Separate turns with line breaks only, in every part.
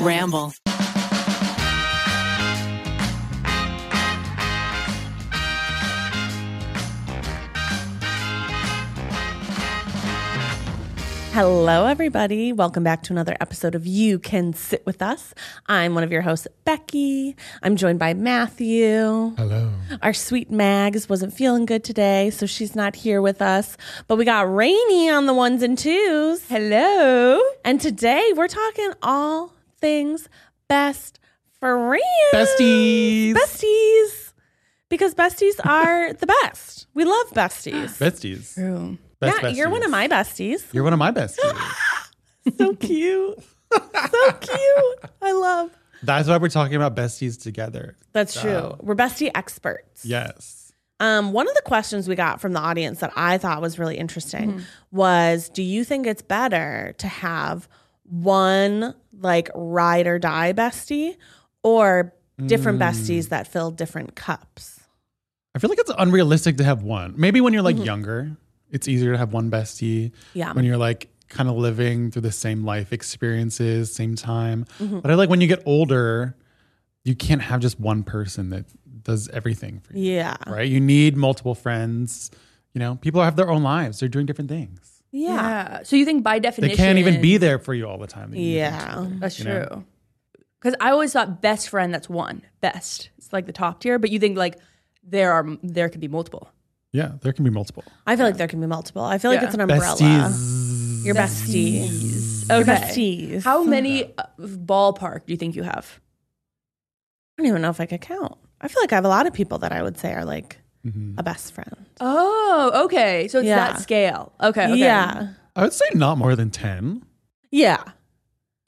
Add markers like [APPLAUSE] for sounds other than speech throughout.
Ramble.
Hello, everybody. Welcome back to another episode of You Can Sit With Us. I'm one of your hosts, Becky. I'm joined by Matthew.
Hello.
Our sweet Mags wasn't feeling good today, so she's not here with us. But we got Rainy on the ones and twos. Hello. And today we're talking all things best friends.
Besties.
Besties. Because besties are the best. We love besties.
Besties.
True.
Best
yeah, you're one of
besties.
my besties.
You're one of my besties.
so cute. so cute. I love.
That's why we're talking about besties together.
That's
Um,
true. We're bestie experts.
Yes.
Um, one of the questions we got from the audience that I thought was really interesting was do you think it's better to have one like ride or die bestie or
Mm.
different besties that fill different cups?
I feel like it's unrealistic to have one. Maybe when you're like younger, it's easier to have one bestie.
Mm-hmm. Yeah.
When you're like kind of living through the same life experiences, same time.
Mm-hmm.
But I like when you get older, you can't have just one person that does everything for you.
Yeah.
Right? You need multiple friends. You know, people have their own lives. They're doing different things.
Yeah.
Yeah. So you think by
They
definition
can't even be there for you all the time. that you need them to
Yeah.
That's
you know?
true. Because I always thought best friend that's one best. It's like the top tier, but you think like there are there could be multiple.
Yeah, there can be multiple.
I feel like there can be multiple. I feel like
Yeah.
it's an umbrella.
Besties.
Your bestie.
Okay.
Besties.
How many uh, ballpark do you think you have?
I don't even know if I could count. I feel like I have a lot of people that I would say are like
Mm-hmm.
a best friend.
Oh, okay. So it's
Yeah.
that scale. Okay.
Oh,
okay.
Yeah.
I would say not more than 10,
Yeah.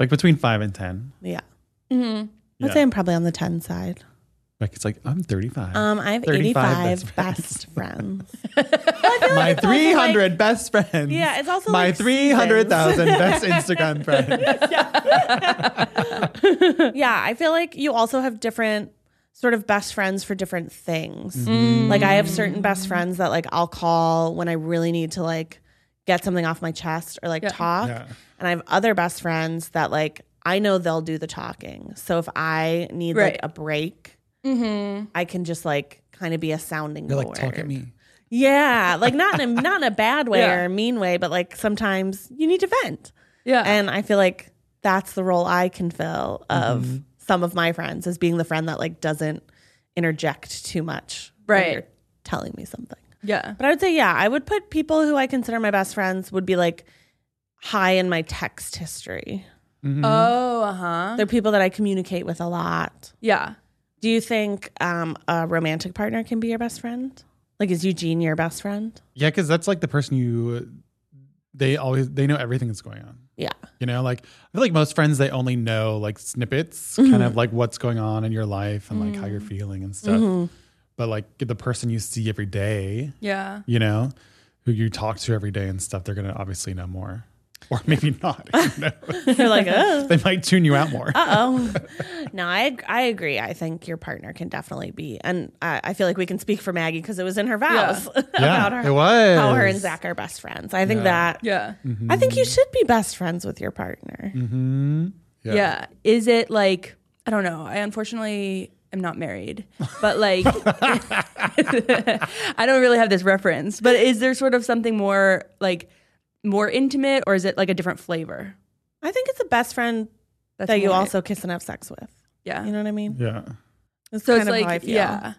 like between five and 10.
Yeah.
Mhm.
I'd
Yeah.
say I'm probably on the 10 side.
Like it's like, I'm 35.
Um, I have 85 best, friends.
[LAUGHS] My
also
300 best
[LAUGHS]
friends.
Yeah, it's also
my
like
300,000
[LAUGHS]
best Instagram friends.
yeah. I feel like you also have different sort of best friends for different things.
Mm.
Like I have certain best friends that like I'll call when I really need to like get something off my chest or like talk.
Yeah.
And I have other best friends that like I know they'll do the talking. So if I need like
Right. Mm-hmm.
a break, I can just like kind of be a sounding
You're like,
board.
talk at me.
Yeah, like not in a not in a bad way
[LAUGHS] Yeah.
or a mean way, but like sometimes you need to vent.
Yeah.
And I feel like that's the role I can fill of
Mm-hmm.
some of my friends as being the friend that like doesn't interject too much when
Right.
you're telling me something.
yeah.
But I would say yeah, I would put people who I consider my best friends would be like high in my text history.
Mm-hmm.
Oh, uh huh.
They're people that I communicate with a lot.
Yeah.
Do you think um, a romantic partner can be your best friend? Like is Eugene your best friend?
Yeah, because that's like the person you, they always, they know everything that's going on.
Yeah.
You know, like I feel like most friends they only know like snippets, kind
Mm-hmm.
of like what's going on in your life and like how you're feeling and stuff.
Mm-hmm.
But like the person you see every day,
Yeah.
you know, who you talk to every day and stuff, they're gonna obviously know more, [LAUGHS] or maybe not. [LAUGHS] you know?
They're
[LAUGHS]
like, oh,
they might tune you out more.
oh. No, I I agree. I think your partner can definitely be, and I, I feel like we can speak for Maggie because it was in her vows [LAUGHS]
Yeah,
about her,
it was.
how her and Zach are best friends. I think that
Yeah.
I think you should be best friends with your partner.
Mm-hmm.
Yeah. Is it like I don't know. I unfortunately am not married, but like [LAUGHS] I don't really have this reference. But is there sort of something more like more intimate, or is it like a different flavor?
I think it's a best friend
That's
that you
more-
also kiss and have sex with.
yeah.
You know what I mean?
Yeah,
That's
so
kind
it's
of
like
how I feel.
yeah,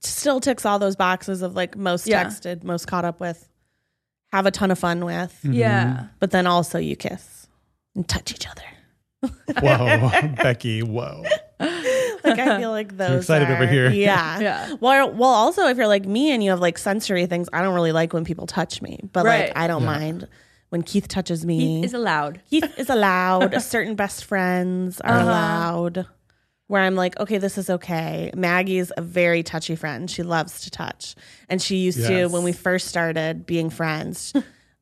Still ticks all those boxes of like most
Yeah.
texted, most caught up with, have a ton of fun with,
Mm.
yeah.
but then also you kiss and touch each other. [LAUGHS]
whoa, [LAUGHS] Becky, whoa.
Like I feel
[LAUGHS]
like those.
excited
are-
over here.
Yeah.
[LAUGHS] Yeah.
Well, well. Also, if you're like me and you have like sensory things, I don't really like when people touch me, but
Right.
like I don't mind when Keith touches me.
Heath is allowed.
Keith is allowed. [LAUGHS] Certain best friends are
Uh-huh.
allowed. Where I'm like, okay, this is okay. Maggie's a very touchy friend. She loves to touch, and she used to
Yes.
when we first [LAUGHS] started being friends.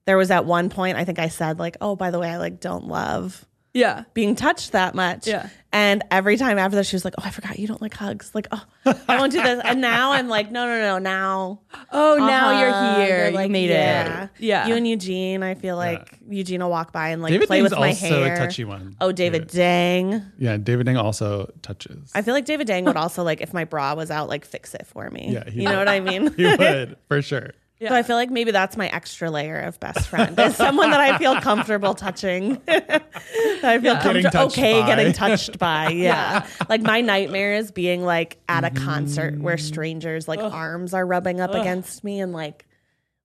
there was at one point I think I said like, oh, by the way, I like don't love
Yeah.
being touched that much.
Yeah.
And every time after that, she was like, "Oh, I forgot you don't like hugs." Like, "Oh, I won't do this." And now I'm like, "No, no, no, now."
Oh, now
Uh-huh.
you're here.
They're
you made
yeah.
it. Yeah.
You and Eugene, I feel like Eugene will walk by and like
David
play
Dang's
with my
also
hair.
a touchy one.
Oh, David
Yeah.
Dang.
Yeah, David Dang also touches.
I feel like David Dang would also like if my bra was out, like fix it for me.
Yeah, he
you know
would.
what I mean?
[LAUGHS] [LAUGHS]
[LAUGHS]
he would for sure.
So I feel like maybe that's my extra layer of best friend. Is someone that I feel comfortable touching. [LAUGHS] that I feel
Getting
comfortable
touched
okay
by.
getting touched
[LAUGHS]
by. Yeah. Like my nightmare is being like at a concert
Mm.
where strangers like arms are rubbing up against me and like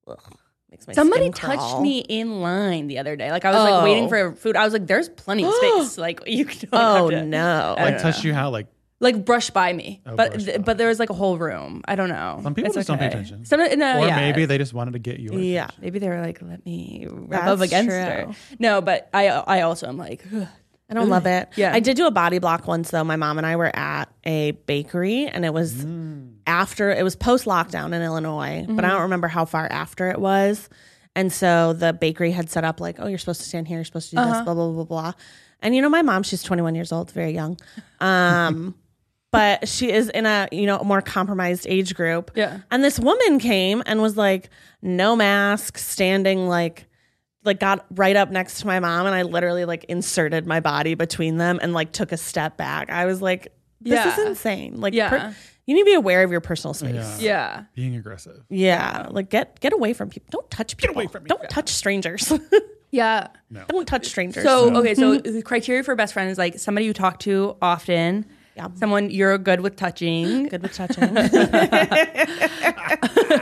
ugh, makes my
Somebody
skin
touched
crawl.
me in line the other day. Like I was like waiting
Oh.
for food. I was like, "There's plenty of
[GASPS]
space. Like you [LAUGHS] don't
Oh
have to
no.
Like touch you how like
like brush by me."
Oh,
but
brush
th-
by.
but there was like a whole room. I don't know.
Some people
It's
just don't pay
okay.
attention.
Some no,
or
yeah.
maybe they just wanted to get you.
Oh, yeah.
maybe they were like, "Let me rub up
That's
against
true.
her." No, but I I also am like, "Ugh."
I don't love it.
Yeah.
I did do a body block once though. My mom and I were at a bakery and it was after it was post lockdown in Illinois, but
Mm-hmm.
I don't remember how far after it was. And so the bakery had set up like, oh, you're supposed to stand here, you're supposed to do
Uh-huh.
this, blah, blah, blah, blah. And you know, my mom, she's 21 years old, very young.
[LAUGHS]
Um, but she is in a, you know, more compromised age group.
Yeah.
And this woman came and was like, no mask, standing like like got right up next to my mom and I literally like inserted my body between them and like took a step back. I was like, this is
Yeah.
insane. Like
Yeah.
you need to be aware of your personal space.
Yeah.
Yeah.
"Yeah."
Being aggressive.
Like get get away from people. Don't touch people.
away from me.
Don't touch strangers. [LAUGHS]
Yeah.
Don't touch strangers.
So okay, so the criteria for best friend is like somebody you talk to often,
Yeah.
someone you're good with touching,
good with touching. [LAUGHS]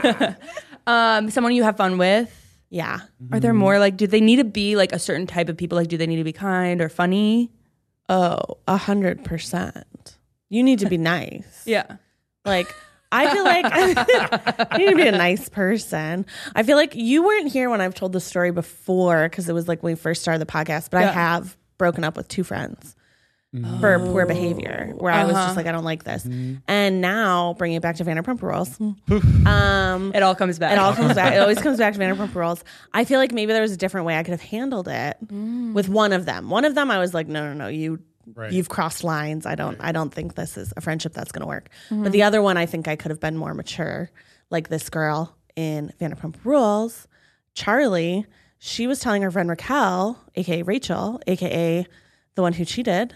um, someone you have fun with.
yeah.
Are
Mm-hmm.
there more like do they need to be like a certain type of people? Like do they need to be kind or funny?
Oh, a hundred percent. You need to be nice.
Yeah.
Like [LAUGHS] I feel like you need to be a nice person. I feel like you weren't here when I've told the story before because it was like when we first started the podcast, but I
Yeah.
have broken up with two friends for poor behavior where I was just like, I don't like this. And now bringing it back to Vanderpump Rules. Um,
It all comes back.
it all comes back. It always comes back to Vanderpump Rules. I feel like maybe there was a different way I could have handled it with one of them. One of them, I was like, no, no, no, you,
Right.
you've crossed lines. I don't, I don't think this is a friendship that's going to work. But the other one, I think I could have been more mature, like this girl in Vanderpump Rules, Charlie. She was telling her friend Raquel, aka Rachel, aka the one who cheated.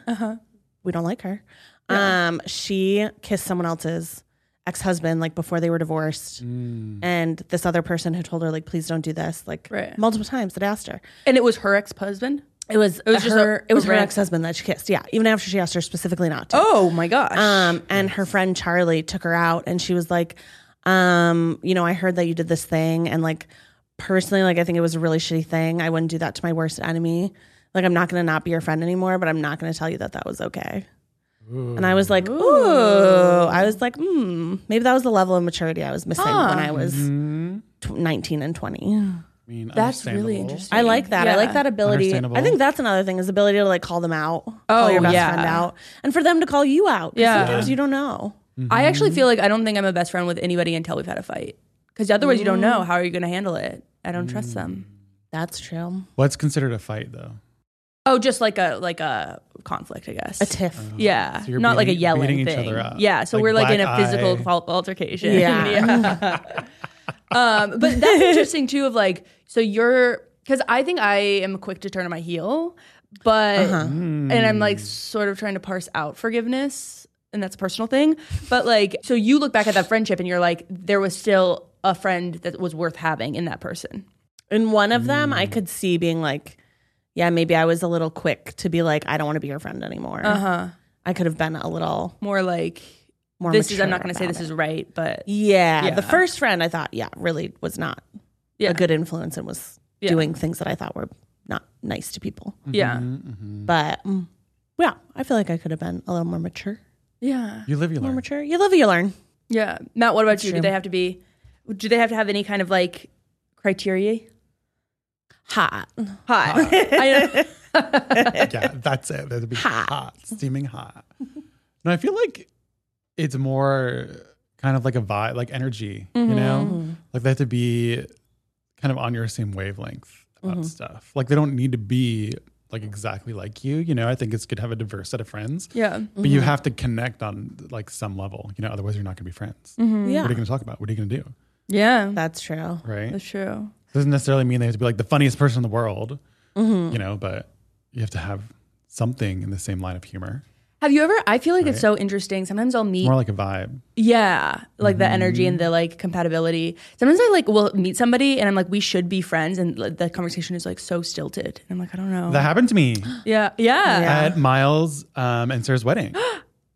We don't like her. Um, she kissed someone else's ex-husband like before they were divorced and this other person who told her like please don't do this like
Right.
multiple times that asked her
and it was her ex husband.
it was it
was just
her
a-
it was
a
her
rant.
ex-husband that she kissed yeah even after she asked her specifically not to
Oh my gosh.
um and her friend charlie took her out and she was like um you know i heard that you did this thing and like personally like i think it was a really shitty thing i wouldn't do that to my worst enemy like i'm not gonna not be your friend anymore but i'm not gonna tell you that that was okay and I was like, ooh. I was like, hmm, maybe that was the level of maturity I was missing when I was
Mm-hmm.
tw- 19 and 20.
I mean,
That's really
understandable.
interesting.
I like that. I
Yeah.
like that ability.
Understandable.
I think that's another thing is the ability to like call them out, call
Oh,
your best
yeah.
friend out, and for them to call you out. 'Cause
Yeah.
Sometimes you don't know.
Mm-hmm.
I actually feel like I don't think I'm a best friend with anybody until we've had a fight. Because otherwise you don't know how are you gonna handle it. I don't trust
Mm.
them.
That's true.
What's considered a fight though?
Oh, just like a like a conflict, I guess.
A tiff.
Yeah,
Uh-huh. So you're
not like a
beating-
yelling
beating each
thing.
other up.
Yeah, so
Like
we're like in a
black
physical
eye.
fal- altercation. [LAUGHS]
Yeah. [LAUGHS]
um, but that's interesting too. Of like, so you're because I think I am quick to turn on my heel, but
Uh-huh.
and I'm like sort of trying to parse out forgiveness, and that's a personal thing. But like, so you look back at that friendship and you're like, there was still a friend that was worth having in that person.
In one of them, I could see being like, yeah, maybe I was a little quick to be like, I don't want to be your friend anymore.
Uh huh.
I could have been a little
More like
more.
this is.
mature
I'm not going to say
about
this
it.
is right, but
Yeah,
Yeah.
The first friend I thought, yeah, really was not
Yeah.
a good influence and was
Yeah.
doing things that I thought were not nice to people.
yeah,
Mhm. But mm, yeah, I feel like I could have been a little more mature.
yeah.
You live, you
More
learn.
mature. You live, you learn.
Yeah. Matt, what about you?
true.
Do they have to be do they have to have any kind of like criteria?
Hot.
Hot. [LAUGHS] I know.
yeah, that's it. That'd be hot. steaming hot. No, I feel like it's more kind of like a vibe, like energy.
Mm-hmm.
You know, like they have to
Mm-hmm.
be kind of on your same wavelength about stuff. Like they don't need to be like exactly like you. You know, I think it's good to have a diverse set of friends,
Yeah.
but you have to connect on like some level. You know, otherwise you're not going to be friends.
Mm-hmm.
What are you
Yeah.
going to talk about? What are you going to do?
Yeah.
That's true.
Right?
That's true.
doesn't necessarily mean they have to be like the funniest person in the world. You know, but you have to have something in the same line of humor,
Have you ever? I feel like it's so interesting. Sometimes I'll meet
more like Mm-hmm. a vibe.
Yeah, like the energy and the like compatibility. Sometimes I like will meet somebody and I'm like, we should be friends, and like, the conversation is like so stilted. And I'm like, I don't know.
That happened to me
yeah, yeah.
Yeah.
at Miles um, and Sarah's wedding.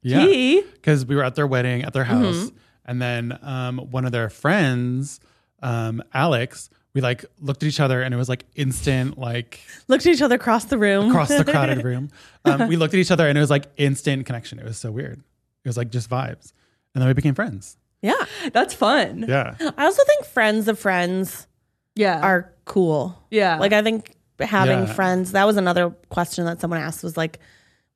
Gee.
because we were at their wedding at their house, and then um, one of their friends, um, Alex, we like looked at each other, and it was like instant like
Looked at each other across the room.
across
[LAUGHS]
the crowded room. Um, we looked at each other, and it was like instant connection. It was so weird. It was like just vibes, and then we became friends.
yeah.
That's fun.
Yeah,
I also think friends of friends
Yeah,
are cool.
yeah.
Like I think having
Yeah.
friends, that was another question that someone asked was like,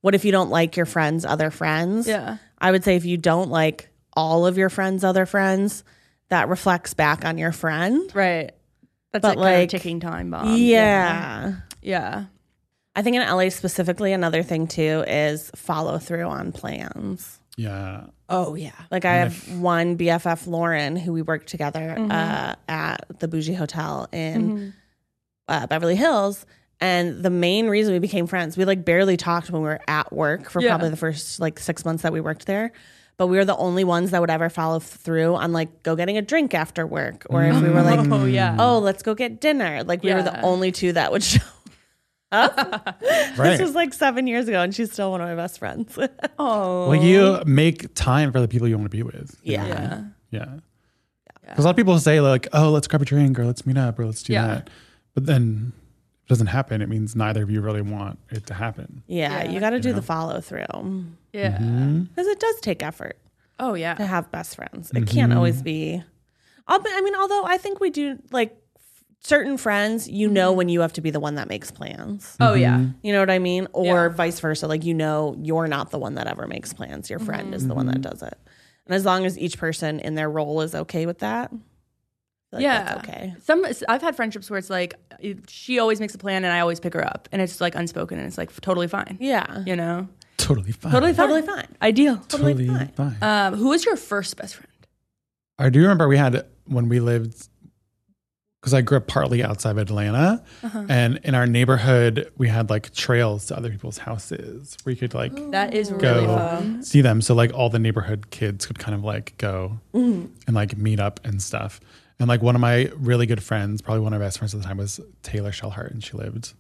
what if you don't like your friends, other friends?
yeah,
I would say if you don't like all of your friends, other friends, that reflects back on your friend.
right. That's
But,
like, kind of a
like,
ticking time bomb.
yeah.
yeah.
I think in LA specifically, another thing too is follow through on plans.
yeah.
Oh yeah.
Like I have one BFF, Lauren, who we worked together uh,
Mm-hmm.
at the Bougie Hotel in uh, Beverly Hills. And the main reason we became friends, we like barely talked when we were at work for
Yeah.
probably the first like six months that we worked there. But we were the only ones that would ever follow through on like go getting a drink after work, or if we were like,
Mm.
[LAUGHS] Oh yeah.
oh, let's go get dinner. Like we were the
Yeah.
only two that would show.
Right. Mm.
This was like seven years ago, and she's still one of my best friends. [LAUGHS]
Oh.
Well, you make time for the people you want to be with. you
Yeah.
know?
yeah.
Yeah. Because a lot of people say, like, oh, let's grab a drink or let's meet up or let's do
Yeah.
that. But then if it doesn't happen. It means neither of you really want it to happen.
yeah,
Yeah.
you got to do the follow through
Yeah.
Mm-hmm.
because it does take effort.
Oh
to
yeah.
have best friends. It can't
Mm-hmm.
always be. I'll be- I mean, although I think we do like f- certain friends, you know
Mm-hmm.
when you have to be the one that makes
Mm-hmm.
plans.
Oh yeah.
You know what I mean? Or
Yeah.
vice versa. Like you know you're not the one that ever makes plans. Your friend is the one
Mm-hmm.
that does it. And as long as each person in their role is okay with that, I feel like that's okay.
Some I've had friendships where it's like she always makes a plan and I always pick her up, and it's like unspoken and it's like totally fine.
Yeah.
You know.
Totally fine.
Totally fine.
Totally fine.
Ideal.
Totally,
totally
fine.
Um, who was your first best friend?
I do remember we had when we lived, because I grew up partly outside of Atlanta.
Uh-huh.
And in our neighborhood, we had like trails to other people's houses where you could like
That is
go
really fun.
see them. So like all the neighborhood kids could kind of like go
Mm-hmm.
and like meet up and stuff. And like one of my really good friends, probably one of my best friends at the time, was Taylor Shellhart, and she lived,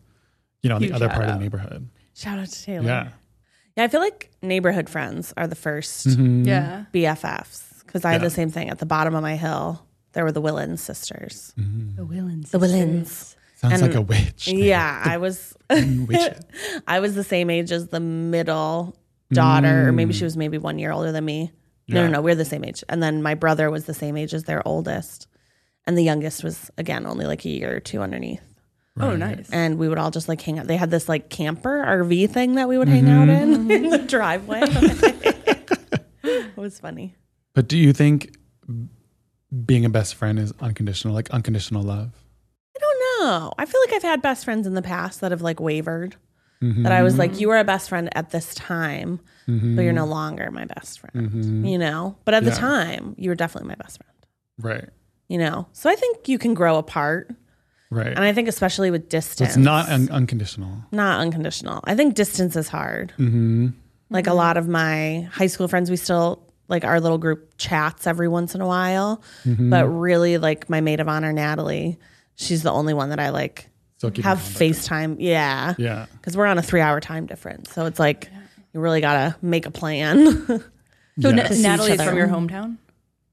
you know, in the
Huge
other
shout
part of
out.
the neighborhood.
Shout out to Taylor.
Yeah,
Yeah, I feel like neighborhood friends are the 1st
Mm-hmm.
Yeah.
BFFs because I had
Yeah.
the same thing at the bottom of my hill. There were the Willens sisters.
Mm-hmm.
The Willens.
The Willens.
sounds
And-
like a witch. name.
Yeah, I was
[LAUGHS]
[LAUGHS]
witch.
I was the same age as the middle daughter, or maybe she was maybe one year older than me. No,
Mm. Yeah.
no, no, we're the same age. And then my brother was the same age as their oldest, and the youngest was again only like a year or two underneath.
Oh, nice.
And we would all just like hang out. They had this like camper RV thing that we would hang out
Mm-hmm.
in [LAUGHS] in the driveway. it was funny.
But do you think being a best friend is unconditional, like unconditional love?
I don't know. Oh, I feel like I've had best friends in the past that have like wavered.
Mm-hmm.
That I was like, you were a best friend at this time, but you're no longer my best friend. You know? But at
Mm-hmm. Yeah.
the time, you were definitely my best friend.
Right,
You know? So I think you can grow apart.
right.
And I think especially with
so
distance.
it's not un- unconditional. Mm-hmm.
not unconditional. I think distance is hard. Like a lot of my high school friends, we still like our little group chats every once in a while,
Mm-hmm.
but really like my maid of honor, Natalie, she's the only one that I like
Still keep in
have
contact.
FaceTime. Yeah.
Yeah,
Cause we're on a three hour time difference. So it's like, you really gotta make a plan. [LAUGHS]
So
Yeah.
Na-
To
see
Natalie
each
is from
other.
your hometown.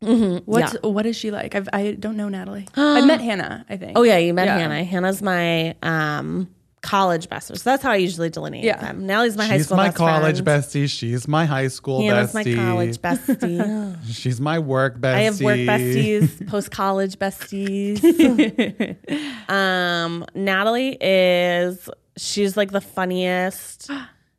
Mm-hmm. What's
Yeah.
what is she like? I've, I don't know
[GASPS]
Natalie. I met Hannah. I think.
oh yeah, you met
Yeah.
Hannah. Hannah's my um, college best friend. So that's how I usually delineate
Yeah.
them. Natalie's my high
she's
school
my
best
college
friend.
bestie. She's my high school
Hannah's my
bestie.
college bestie. [LAUGHS]
She's my work bestie.
I have work
[LAUGHS]
besties, post college [LAUGHS] besties. um, Natalie [GASPS] is she's like the funniest,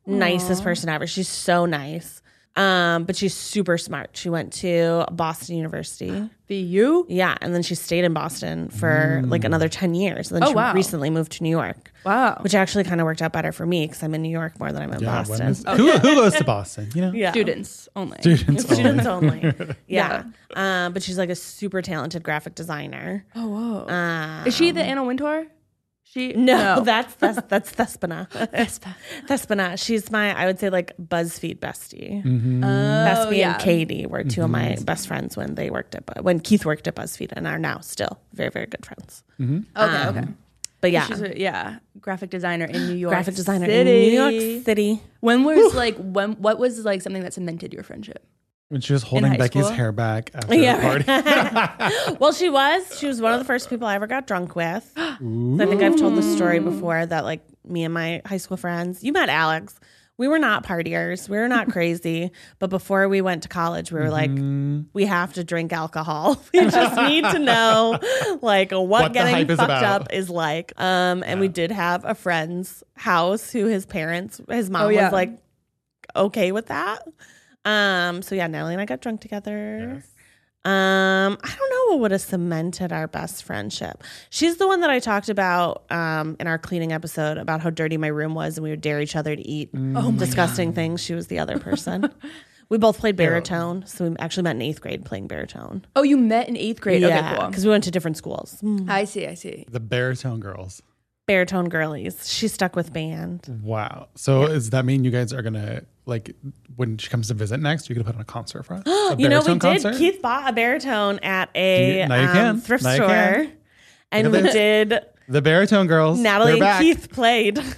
nicest person ever. She's so nice. Um, but she's super smart. She went to Boston University.
BU.
Yeah, and then she stayed in Boston for like another 10 years. And then
Mm. Oh,
she
wow.
recently moved to New York,
Wow.
which actually kind of worked out better for me because I'm in New York more than I'm in
Yeah, when
Boston. Oh,
is- who, who goes to Boston? You know,
yeah.
Students only.
students.
[LAUGHS]
only.
Students only.
[LAUGHS]
Yeah. Um, but she's like a super talented graphic designer.
[GASPS] Oh, whoa.
Um,
Is she the Anna Wintour? She Oh,
No, [LAUGHS] that's
[LAUGHS]
that's that's Thespina.
Vespa.
Thespina. She's my I would say like BuzzFeed bestie.
Oh,
Best me
yeah. Mm-hmm.
and Katie were 2 of my best friends when they worked at Bu- when Keith worked at BuzzFeed and are now still very very good friends.
Okay,
Um,
okay.
But yeah,
She's a, yeah, graphic designer in
[GASPS]
New York.
graphic designer
City.
in New York City.
When was like when? What was like something that cemented your friendship?
When she was holding
high
Becky's
school?
hair back after
Yeah,
the party.
[LAUGHS] Well, she was. She was one of the first people I ever got drunk with. [GASPS] So I think I've told the story before that like me and my high school friends. You met Alex. We were not partiers. We were
[LAUGHS]
not crazy. But before we went to college, we were
Mm-hmm.
like, we have to drink alcohol. [LAUGHS] We just need to know like what,
the
getting
hype is
fucked
about.
up is like. Um, and we did have a friend's house who his parents, his mom
Oh, yeah.
was like okay with that. Um, so yeah, Natalie and I got drunk together. Um, I don't know what would have cemented our best friendship. She's the one that I talked about um, in our cleaning episode about how dirty my room was, and we would dare each other to eat
Oh
disgusting things. She was the
[LAUGHS]
other person. we both played baritone, so we actually met in eighth grade playing baritone.
Oh, you met in eighth grade.
yeah,
okay,
because we went to different schools. Mm.
cool. I see. I see.
The baritone girls.
Baritone girlies. She stuck with band.
Wow. So does that mean you guys are gonna like when she comes to visit next? You're gonna put on a concert for us? A
[GASPS] You know, we
baritone
did. Keith bought a baritone at
Do
a
you- now you
um,
can.
thrift
Now you can.
store, and
Look
we
at
did.
the baritone girls.
Natalie and
they're back.
Keith played. [LAUGHS]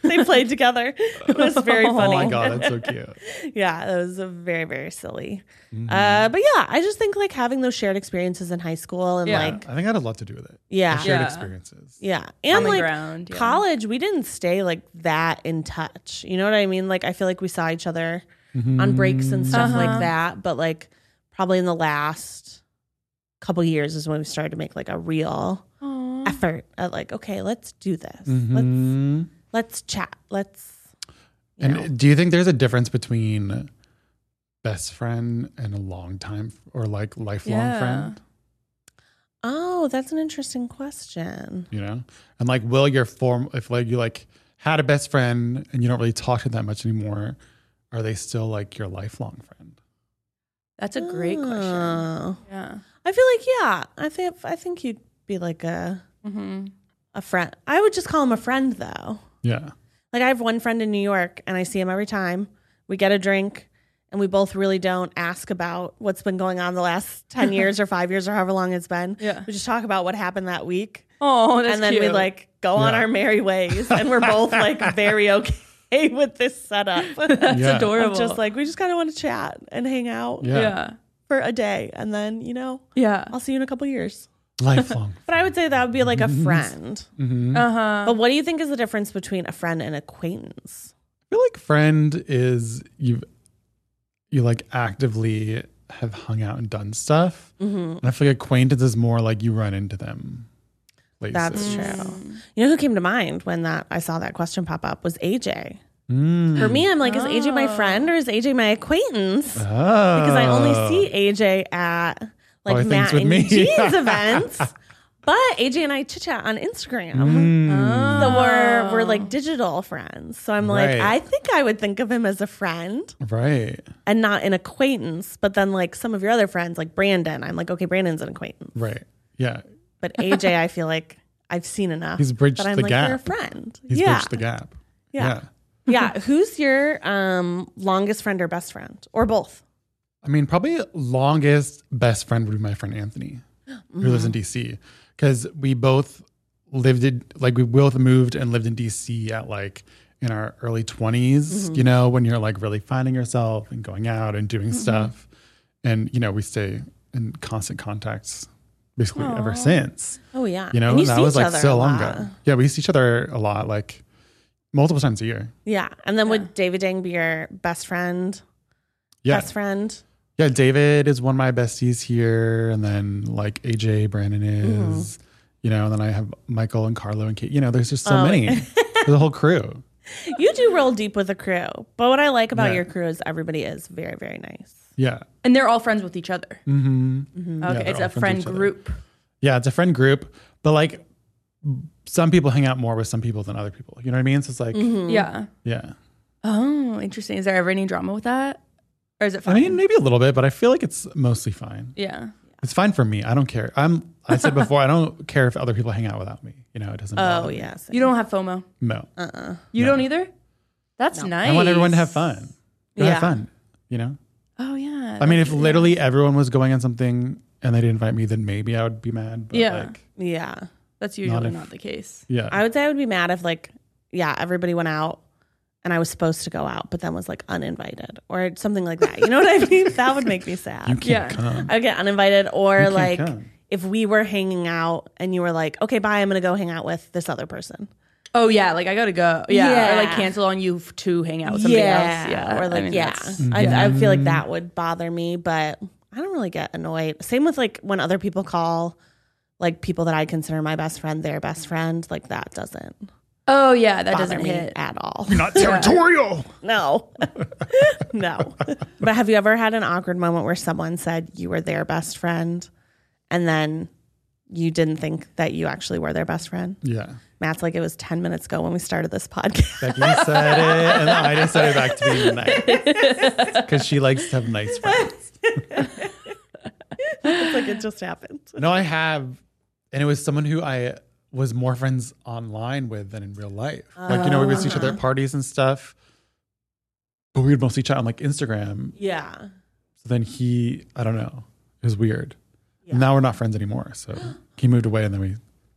they played together. It was very funny.
[LAUGHS] Oh my god, that's so
[LAUGHS]
cute.
Yeah, that was a very very silly.
Mm-hmm.
Uh, but yeah, I just think like having those shared experiences in high school and
Yeah.
like
I think I'd have a lot to do with it.
yeah,
The shared
Yeah.
experiences.
yeah, and
the
like
ground, yeah.
college, we didn't stay like that in touch. You know what I mean? Like I feel like we saw each other on breaks and stuff
Uh-huh.
like that, but like probably in the last couple years is when we started to make like a real effort at like okay, let's do this. Let's
Mhm.
let's chat. Let's
And do you think there's a difference between best friend and a long time or like lifelong
Yeah.
friend?
Oh, that's an interesting question.
You know, and like, will your form if like you like had a best friend and you don't really talk to them that much anymore, are they still like your lifelong friend?
That's a great question.
Oh.
Yeah.
I feel like yeah. I think I think you'd be like a
Mm-hmm.
a friend. I would just call him a friend though.
Yeah.
Like I have one friend in New York and I see him every time. We get a drink and we both really don't ask about what's been going on the
[LAUGHS]
last 10 years or 5 years or however long it's been.
Yeah.
We just talk about what happened that week
Oh, that's
and then we
cute.
like go on
Yeah.
our merry ways and we're both
[LAUGHS]
like very okay [LAUGHS] with this setup.
That's
Yeah.
adorable.
Of just like we just kind of want to chat and hang out
Yeah.
yeah,
for a day, and then you know
yeah.
I'll see you in a couple years.
Lifelong.
But I would say that would be
[LAUGHS]
like a friend.
Mm. Mm-hmm.
Uh huh.
But what do you think is the difference between a friend and acquaintance?
I feel like friend is you've you like actively have hung out and done stuff. And I feel like acquaintance is more like you run into them. Places.
That's true. You know who came to mind when that I saw that question pop up was AJ.
Mm.
For me, I'm like, is AJ my friend or is AJ my acquaintance? Because I only
Oh.
see AJ at like
Probably
Matt
things with
and
me. [LAUGHS]
Jean's events. But AJ and I chit chat on Instagram. So we're we're like digital friends. So I'm like,
Mm. Right.
I think I would think of him as a friend
Right.
and not an acquaintance. But then like some of your other friends, like Brandon, I'm like, okay, Brandon's an acquaintance.
Right. Yeah.
But AJ, I feel like I've seen enough.
He's bridged
that I'm
the
like,
gap.
You're a friend.
He's
yeah.
bridged the gap.
Yeah. yeah. [LAUGHS] Who's your um longest friend or best friend? Or both?
I mean, probably longest best friend would be my friend Anthony,
Mm-hmm.
who lives in DC, because we both lived in like we both moved and lived in DC at like in our early 20s
Mm-hmm.
You know, when you're like really finding yourself and going out and doing
Mm-hmm.
stuff, and you know, we stay in constant contacts basically ever since.
Oh yeah.
You know,
and you
and that
see
was
each
like
other
so
a
long
lot.
ago. Yeah, we see each other a lot, like multiple times a year.
Yeah. And then would David Dang be your best friend?
Yeah,
Best friend?
Yeah, David is one of my besties here, and then like AJ Brandon is, you know, and then I have Michael and Carlo and Kate. You know, there's just so many. there's a whole crew.
You do we roll deep with the crew, but what I like about
Yeah.
your crew is everybody is very, very nice.
Yeah.
And they're all friends with each other.
hmm
Okay,
they're
it's
all
a
friends with
friend
each other.
group.
Yeah, it's a friend group, but like some people hang out more with some people than other people. You know what I mean? So it's like,
Mm.
Yeah.
yeah.
Oh, interesting. Is there ever any drama with that? Or is it
I
fine?
mean, maybe a little bit, but I feel like it's mostly fine.
yeah.
It's fine for me. I don't care. I'm. I said before, I don't care if other people hang out without me. You know, it doesn't.
Oh
bother me.
yes,
You don't have FOMO.
No,
You
No.
don't either? That's nice.
I want everyone to have fun. You
Yeah.
Have fun. You know.
Oh, yeah.
I mean, if literally everyone was going on something and they didn't invite me, then maybe I would be mad. But
Yeah.
Like,
yeah.
That's usually
if-
not the case.
yeah. [LAUGHS]
I would say I would be mad if like, yeah, everybody went out and I was supposed to go out, but then was like uninvited or something like that. You know what I
[LAUGHS]
mean? That would make me sad.
you can't
yeah.
come.
I would get uninvited or
can't
like
come.
if we were hanging out and you were like, okay, bye, I'm gonna go hang out with this other person.
Oh, yeah. Like, I got to go. Yeah. Or like
Yeah.
cancel on you f- to hang out with somebody else. Yeah.
Or
I
like,
mean,
yeah.
that's-
I, I
Mm-hmm.
feel like that would bother me, but I don't really get annoyed. Same with like when other people call like people that I consider my best friend their best friend. Like that doesn't
Oh, yeah. That
bother
doesn't
me
hit.
at all.
Not territorial.
[LAUGHS] No. no. But have you ever had an awkward moment where someone said you were their best friend and then you didn't think that you actually were their best friend?
Yeah.
Matt's like, it was 10 minutes ago when we started this [LAUGHS] podcast.
Becky said it, and Ida said it back to me nice
[LAUGHS]
because she likes to have nice friends.
it's like it just happened.
No, I have, and it was someone who I was more friends online with than in real life. Like you know, we would see each
Ah.
other at parties and stuff, but we would mostly chat on like Instagram.
Yeah.
So then he, I don't know, it was weird. Now we're not friends anymore.
[GASPS]
So he moved away, and then we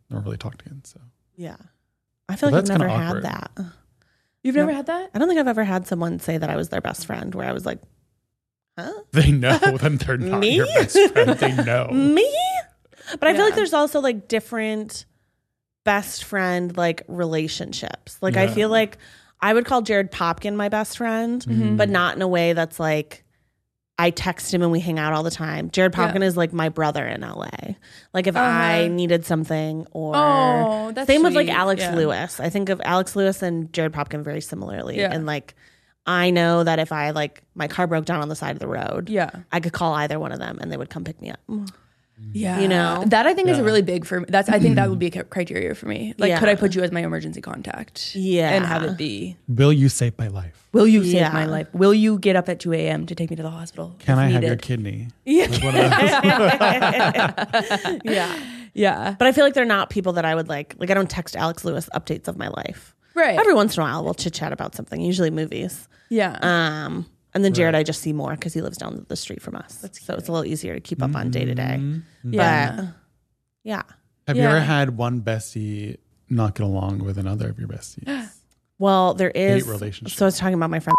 never really talked again. So [LAUGHS]
Yeah. I feel
Well,
like
that's
I've
kinda
never had
awkward.
that.
You've never had that?
I don't think I've ever had someone say that I was their best friend where I was like,
they
[LAUGHS]
know then they're not
Me?
your best friend.
[LAUGHS]
They know.
me? But I feel like
Yeah.
there's also like different best friend like relationships. Like I
Yeah.
feel like I would call Jared Popkin my best friend,
Mm-hmm.
but not in a way that's like I text him and we hang out all the time. Jared
Yeah.
Popkin is like my brother in LA. Like if I
Uh-huh.
needed something or
Oh, that's
same with like
sweet.
Alex
Yeah.
Lewis. I think of Alex Lewis and Jared Popkin very similarly.
Yeah.
And like I know that if I like my car broke down on the side of the road,
Yeah.
I could call either one of them and they would come pick me up.
Yeah.
You know?
That I think is
Yeah.
really big for me. That's, I think that would
[CLEARS THROAT]
be a cri- criteria for me. Like,
Yeah.
could I put you as my emergency contact?
Yeah.
And have it be,
Will you save my life?
will you save
Yeah.
my life? Will you get up at 2 a.m. to take me to the hospital?
Can
if
I have
needed?
your kidney?
yeah.
Yeah.
But I feel like they're not people that I would like. Like, I don't text Alex Lewis updates of my life.
Right. Um,
Every once in a while, we'll chit chat about something, usually movies.
yeah.
Um, and then Jared, I just see more because he lives down the street from us. So it's a little easier to keep up on day to day.
yeah.
But yeah.
Have you ever
Yeah.
had one bestie not get along with another of your besties?
Well, there is.
relationship.
So I was talking about my friend.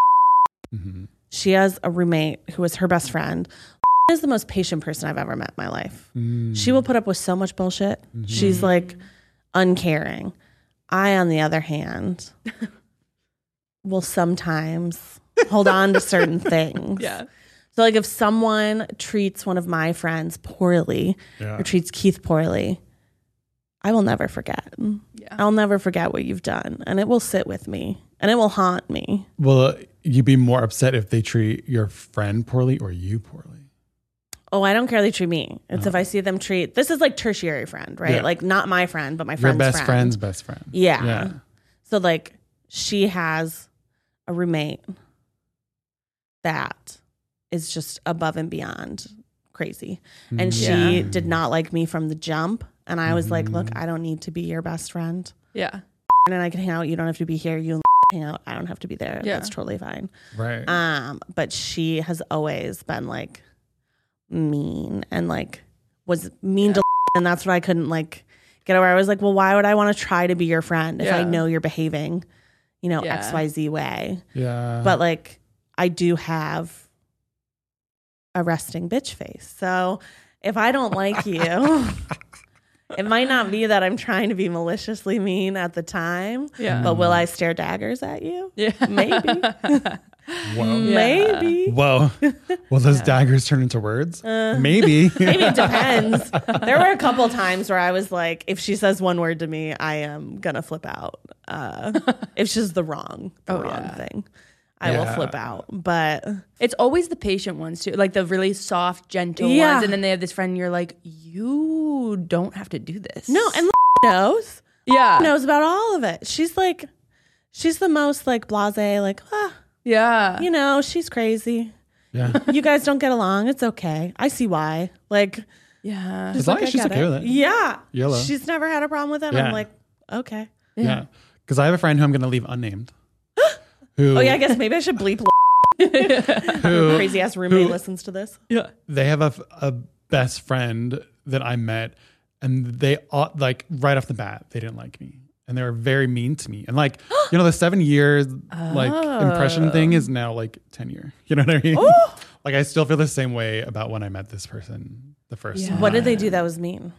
Mhm.
She has a roommate who is her best friend. Is the most patient person I've ever met in my life. She
Mm-hmm. Mm.
will put up with so much bullshit. She's like uncaring. I, on the other hand, will sometimes hold on to certain things.
Yeah.
So, like, if someone treats one of my friends poorly
Yeah.
or treats Keith poorly, I will never forget.
Yeah.
I'll never forget what you've done, and it will sit with me and it will haunt me.
Will uh, you be more upset if they treat your friend poorly or you poorly?
Oh, I don't care. They treat me. It's if I see them treat. This is like tertiary friend, right?
Uh-huh. Yeah.
Like not my friend, but my
Your
friend's
best
friend.
friend's best friend.
Yeah. So like she has a roommate that is just above and beyond crazy, and she
Mm-hmm.
Yeah.
did not like me from the jump. And I was like, look, I don't need to be your best friend.
Yeah.
And I can hang out. You don't have to be here. You and [LAUGHS] hang out. I don't have to be there.
Yeah.
That's totally fine.
Right.
Um, but she has always been like mean and like was mean to [LAUGHS] and that's what I couldn't like get over. I was like, well, why would I want to try to be your friend if I
Yeah.
know you're behaving, you know,
Yeah. Uh-huh.
XYZ way.
yeah.
But like I do have a resting bitch face. So if I don't like
[LAUGHS]
you, it might not be that I'm trying to be maliciously mean at the time,
Yeah. [LAUGHS]
but will I stare daggers at you?
Uh-huh. yeah.
Maybe.
Whoa.
Maybe. [LAUGHS]
Whoa. Will those daggers turn into words? Maybe.
Uh. Maybe it depends. there were a couple times where I was like, if she says one word to me, I am gonna flip out. Uh, if she's the wrong, the wrong thing, I will
Yeah.
flip out. But
It's always the patient ones too, like the really soft, gentle
Yeah.
ones. And then they have this friend, and you're like, you don't have to do this.
no, and [LAUGHS] knows.
yeah,
knows about all of it. She's like, she's the most like blase, like, ah,
yeah,
you know, she's crazy.
[LAUGHS] yeah.
You guys don't get along. It's okay. I see why. Like,
yeah.
As long
like,
as
I
she's
get
okay
it.
with it.
Yeah.
YOLO.
She's never had a problem with it.
Yeah.
I'm like, okay.
Yeah. Because I have a friend who I'm going to leave unnamed.
[GASPS]
Who,
Oh, yeah. I guess maybe I should bleep. [LAUGHS]
who
Crazy ass roommate
who-
listens to this.
yeah.
they have a, f- a best friend that I met, and they all, like right off the bat they didn't like me, and they were very mean to me.
[GASPS]
And like you know, the seven years like
Oh.
impression thing is now like ten year. You know what I mean? [LAUGHS] like I still feel the same way about when I met this person the first time.
What did they do that was mean?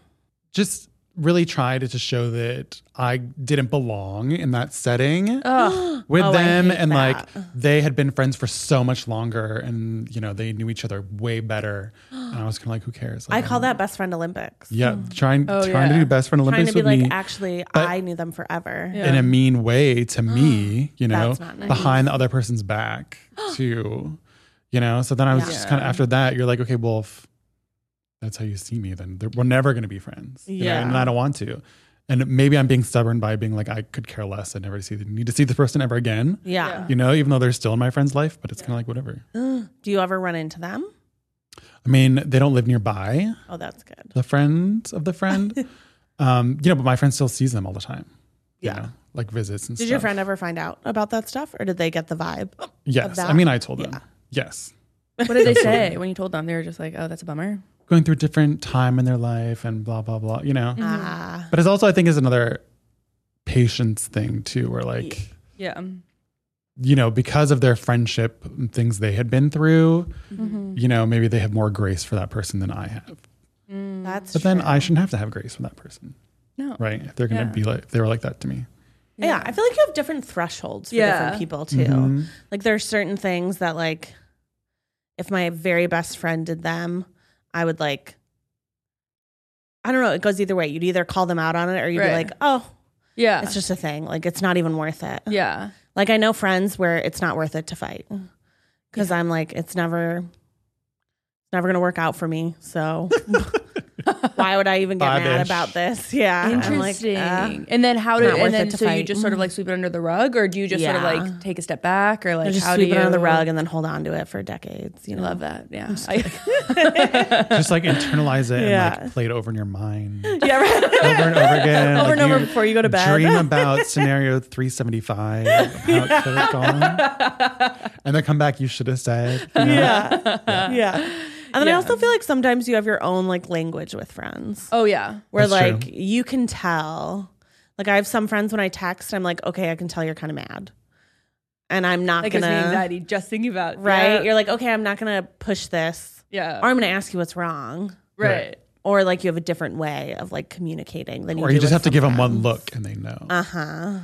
Just really tried to show that I didn't belong in that setting with
Oh, I
them
hate
and
that. [SIGHS]
like they had been friends for so much longer and you know they knew each other way better and I was kind of like who cares
I
Like,
call that best friend Olympics.
yeah, trying
Oh,
trying
yeah.
to do best friend
Trying
Olympics
to be
with
like,
me
actually,
But-
I knew them forever.
Yeah.
in a mean way
[GASPS]
to me, you know,
That's not nice.
behind the other
[GASPS]
person's back too, you know. So then I was
Yeah.
just kind of after that, you're like, okay, well, if that's how you see me, then there- we're never going to be friends. you know,
Yeah.
and I don't want to. And maybe I'm being stubborn by being like, I could care less. I never see the need to see this person ever again.
Yeah.
Yeah.
You know, even though they're still in my friend's life, but it's kind of like whatever.
Do you ever run into them?
I mean, they don't live nearby.
Oh, that's good.
the friend of
[LAUGHS]
the friend. um, you know, but my friend still sees them all the time. you
Yeah.
know, like visits and
Did
stuff.
your friend ever find out about that stuff or did they get the vibe?
Mm-hmm.
Yes.
that?
I mean I told them.
Yeah.
Yes.
[GASPS] What did they say when you told them? They were just like, oh, that's a bummer.
Going through a different time in their life and blah, blah, blah, you know.
Ah.
But it's also I think is another patience thing too, where like
Yeah.
you know, because of their friendship and things they had been through,
Mhm.
you know, maybe they have more grace for that person than I have.
That's
But then
true.
I shouldn't have to have grace for that person,
No.
right? If they're gonna
Yeah.
be like, if they were like that to me.
yeah. I feel like you have different thresholds for
Yeah.
different people too.
Mhm.
Like there are certain things that like if my very best friend did them, I would like I don't know, it goes either way. You'd either call them out on it or you'd be
Right.
like, "Oh,
Yeah.
it's just a thing. Like it's not even worth it."
yeah.
Like I know friends where it's not worth it to fight. Cuz I'm like it's never never going to work out for me.
[LAUGHS]
So why would I even get mad
Five-ish.
about this? [LAUGHS] Yeah. I'm like,
Interesting.
uh,
and then how
it's
did
not worth
and then
it to
so you
fight.
just sort of like sweep it under the rug, or do you just sort
Yeah.
of like take a step back, or like
Or just
how
sweep
do
it
you
under the rug and then hold on to it for decades. You
I
know,
love that. Yeah. [LAUGHS] I-
just like internalize it and
Yeah.
like play it over in your
[LAUGHS]
mind over
yeah, right.
and over again.
over and
Like,
over
you
before you go to bed. [LAUGHS]
Dream about scenario 375, how it could have gone. And then come back, you should have said.
[LAUGHS]
you know?
[LAUGHS]
Yeah, yeah. And then I also feel like sometimes you have your own like language with friends,
oh yeah.
where
That's
like
true.
you can tell. Like I have some friends when I text, I'm like, okay, I can tell you're kind of mad, and I'm not
Like gives
gonna
me anxiety just thinking about
right.
Yeah.
You're like, okay, I'm not gonna push this,
Yeah.
or I'm gonna ask you what's wrong,
right.
or like you have a different way of like communicating than you.
Or
do
you just
with
have to
some
give them
friends.
one look and they know.
Uh huh.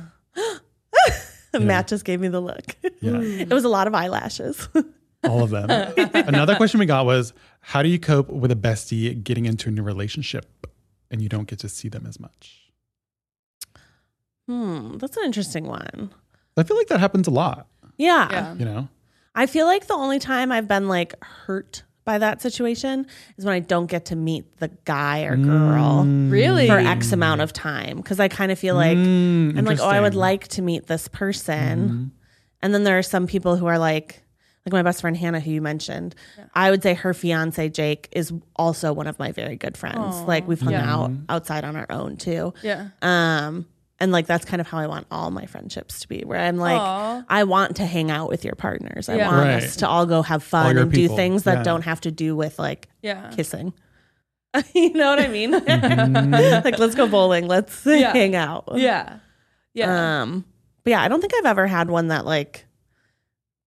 Matt just gave me [LAUGHS] the look. [LAUGHS]
Yeah,
It was a lot of eyelashes. [LAUGHS]
all of them. Another question we got was how do you cope with a bestie getting into a new relationship and you don't get to see them as much?
hmm, that's an interesting one.
I feel like that happens a lot,
Yeah.
Yeah.
you know?
I feel like the only time I've been like hurt by that situation is when I don't get to meet the guy
Mm.
or girl
Really?
for X amount of time. Cause I kind of feel like
Mm,
I'm like, oh, I would
interesting. Mm-hmm.
like to meet this person. And then there are some people who are like, like my best friend Hannah, who you mentioned, I would say her fiance Jake is also one of my very good friends. Like we've hung out
Mm-hmm.
outside on our own too.
Yeah.
Um, and like that's kind of how I want all my friendships to be, where I'm like,
Aw.
I want to hang out with your partners. I
Yeah.
want
Right.
us to all go have
All
fun
your
and
people.
do things that
Yeah.
don't have to do with like
Yeah.
kissing. [LAUGHS] you know what I mean? [LAUGHS]
Mm-hmm.
like let's go bowling, let's
Yeah.
hang out.
Yeah. Yeah.
Um, but yeah, I don't think I've ever had one that like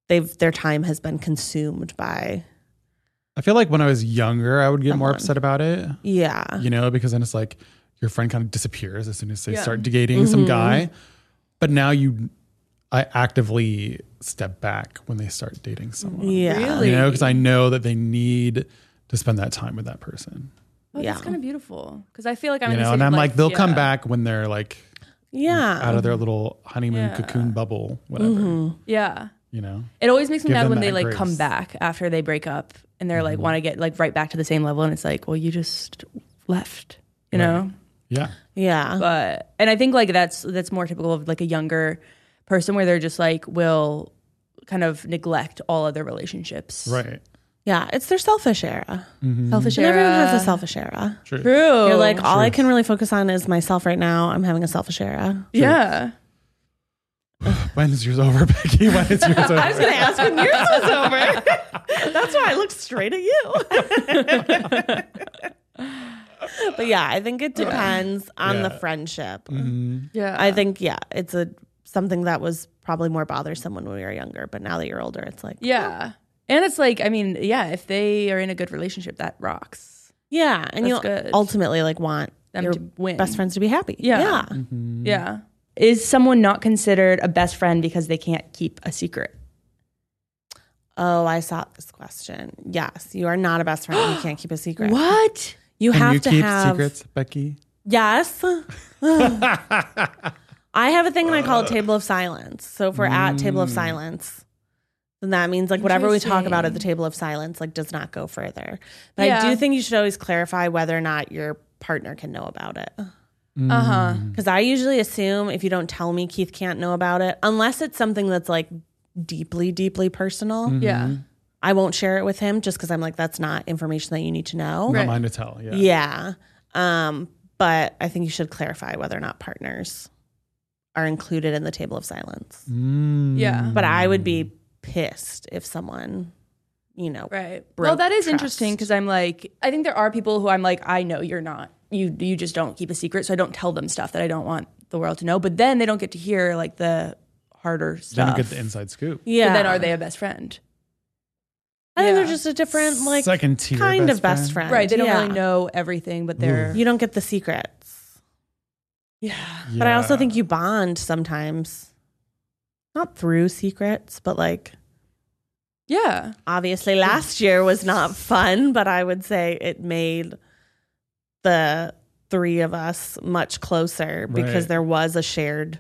they've their time has been consumed by
I feel like when I was younger, I would get more
Someone.
upset about it.
yeah.
you know, because then it's like your friend kind of disappears as soon as they
Mm-hmm.
Yeah.
start dating some guy. But now you, I actively step back when they start dating someone.
Yeah.
Really?
You know, because I know that they need to spend that time with that person.
Oh, that's
Yeah.
kind of beautiful. Because I feel like I'm
you
in the
know,
state
and
of,
I'm like, they'll
yeah.
come back when they're like out
Yeah. Mm-hmm.
of their little honeymoon
Yeah.
cocoon bubble, whatever.
Yeah.
You know,
It always makes me
Give
mad
them
when they
that
like
grace. Mm-hmm.
come back after they break up and they're like want to get like right back to the same level and it's like, well, you just left, you know?
yeah, Uh-huh.
Yeah.
But and I think like that's that's more typical of like a younger person where they're just like will kind of neglect all other relationships.
right, Mm-hmm.
Yeah. It's their selfish era.
Selfish
And
era.
everyone has a selfish era. Oh,
true.
True.
You're like, all I can really focus on is myself right now. I'm having a selfish [LAUGHS] era.
[LAUGHS] yeah.
When is yours over, [LAUGHS] Becky? When is yours
[LAUGHS]
over?
I was gonna ask when yours was over. That's why I looked straight at you. [LAUGHS] but yeah, I think it depends on the
Yeah.
friendship.
Mm-hmm.
Yeah.
I think yeah, it's a something that was probably more bothersome when we were younger, but now that you're older, it's like
Yeah. And it's like, I mean, yeah, if they are in a good relationship, that rocks.
yeah, and you'll
good.
ultimately like want
Them
your
to win.
best friends to be happy. Mm-hmm.
Yeah. Yeah. Mm-hmm. Is someone not considered a best friend because they can't keep a secret?
Oh, I saw this question. Yes, you are not a best friend. when you can't keep a [GASPS] secret.
What?
You
Can
have
you
to
keep
have
secrets, Becky?
[LAUGHS]
Yes. I have a thing and I
Uh.
call it table of silence. So if we're at table
Mm.
of silence, then that means like whatever we talk about at the table of silence like does not go further. But I
Yeah.
do think you should always clarify whether or not your partner can know about it.
Uh
Uh-huh.
huh.
Mm-hmm.
Cuz I usually assume if you don't tell me Keith can't know about it unless it's something that's like deeply deeply personal.
Mm-hmm.
Yeah.
I won't share it with him just cuz I'm like that's not information that you need to know.
Right.
Not mine to tell. Yeah.
Yeah. Um, but I think you should clarify whether or not partners are included in the table of silence.
Mm.
Yeah.
But I would be pissed if someone, you know,
Right.
Broke
well, that is
trust.
interesting because I'm like, I think there are people who I'm like, I know you're not. You you just don't keep a secret, so I don't tell them stuff that I don't want the world to know. But then they don't get to hear like the harder
They don't
stuff.
get the inside scoop.
yeah.
So then are they a best friend?
I think they're
yeah.
just a different like
Second tier
kind
best
of best
friend.
friend.
Right. They don't
Yeah.
really know everything, but they're
Mm.
You don't get the secrets.
yeah.
But I also
Yeah.
think you bond sometimes. Not through secrets, but like
Yeah.
obviously last year was not fun, but I would say it made the three of us much closer because
Right.
there was a shared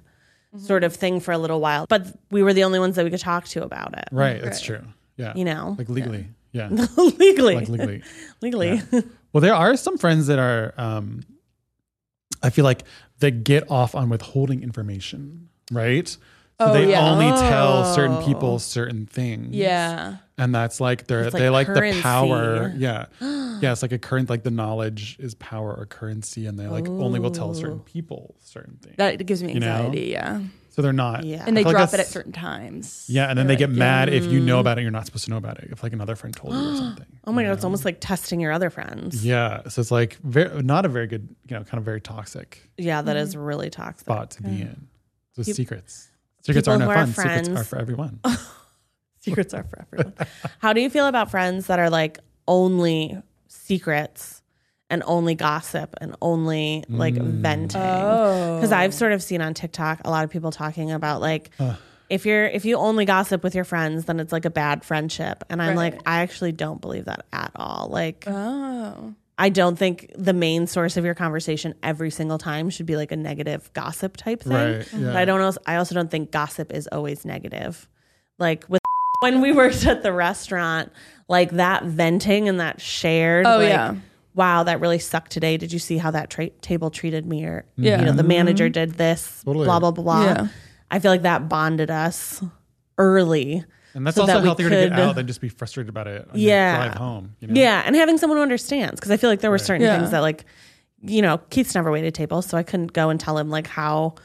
Mm-hmm.
sort of thing for a little while. But we were the only ones that we could talk to about it,
Right. That's
Right.
true. Yeah.
you know,
like legally. Yeah.
[LAUGHS] legally,
like legally.
[LAUGHS] legally.
Well, there are some friends that are, um, I feel like they get off on withholding information, right? So
Oh,
they
yeah.
only tell certain
Oh.
people certain things.
Yeah.
And that's like they're
It's like
they like the
currency.
power.
[GASPS]
Yeah. yeah, it's like a current like the knowledge is power or currency and they like only will tell certain people certain things.
That gives me
You know?
anxiety. Yeah.
so they're not
Yeah.
And they
I feel like
drop it at
that's-
certain Mm. times.
Yeah, and then
They're
they get
like,
mad if you know about it and you're not supposed to know about it. If like another friend told
[GASPS]
you or something.
Oh my god, it's almost like testing your other friends. Yeah,
Mm-hmm. Yeah, so it's like very, not a very good, you know, kind of very toxic
that is
Mm-hmm.
really toxic.
spot to be in. So secrets, secrets
people
are no
who are
fun. Secrets
friends-
are for
[LAUGHS]
everyone.
Secrets are for everyone. How do you feel about friends that are like only secrets and only gossip and only like venting?
Oh.
because I've sort of seen on TikTok a lot of people talking about like if you're if you only gossip with your friends, then it's like a bad friendship. And I'm
Right.
like, I actually don't believe that at all. Like,
Oh.
I don't think the main source of your conversation every single time should be like a negative gossip type thing.
Right, yeah.
But I don't also, I also don't think gossip is always negative. Like with [LAUGHS] when we worked at the restaurant, like that venting and that shared.
Oh,
like,
yeah.
Wow, that really sucked today. Did you see how that tra- table treated me? Or
Yeah.
you know, the manager did this.
Mm-hmm. Totally.
Blah blah blah.
Yeah.
I feel like that bonded us early.
And that's
So
also
that we
healthier to get
could-
out than just be frustrated about it. On
Yeah.
your drive home. You know?
Yeah, and having someone who understands because I feel like there were certain
Yeah.
things that like, you know, Keith's never waited tables, so I couldn't go and tell him like how,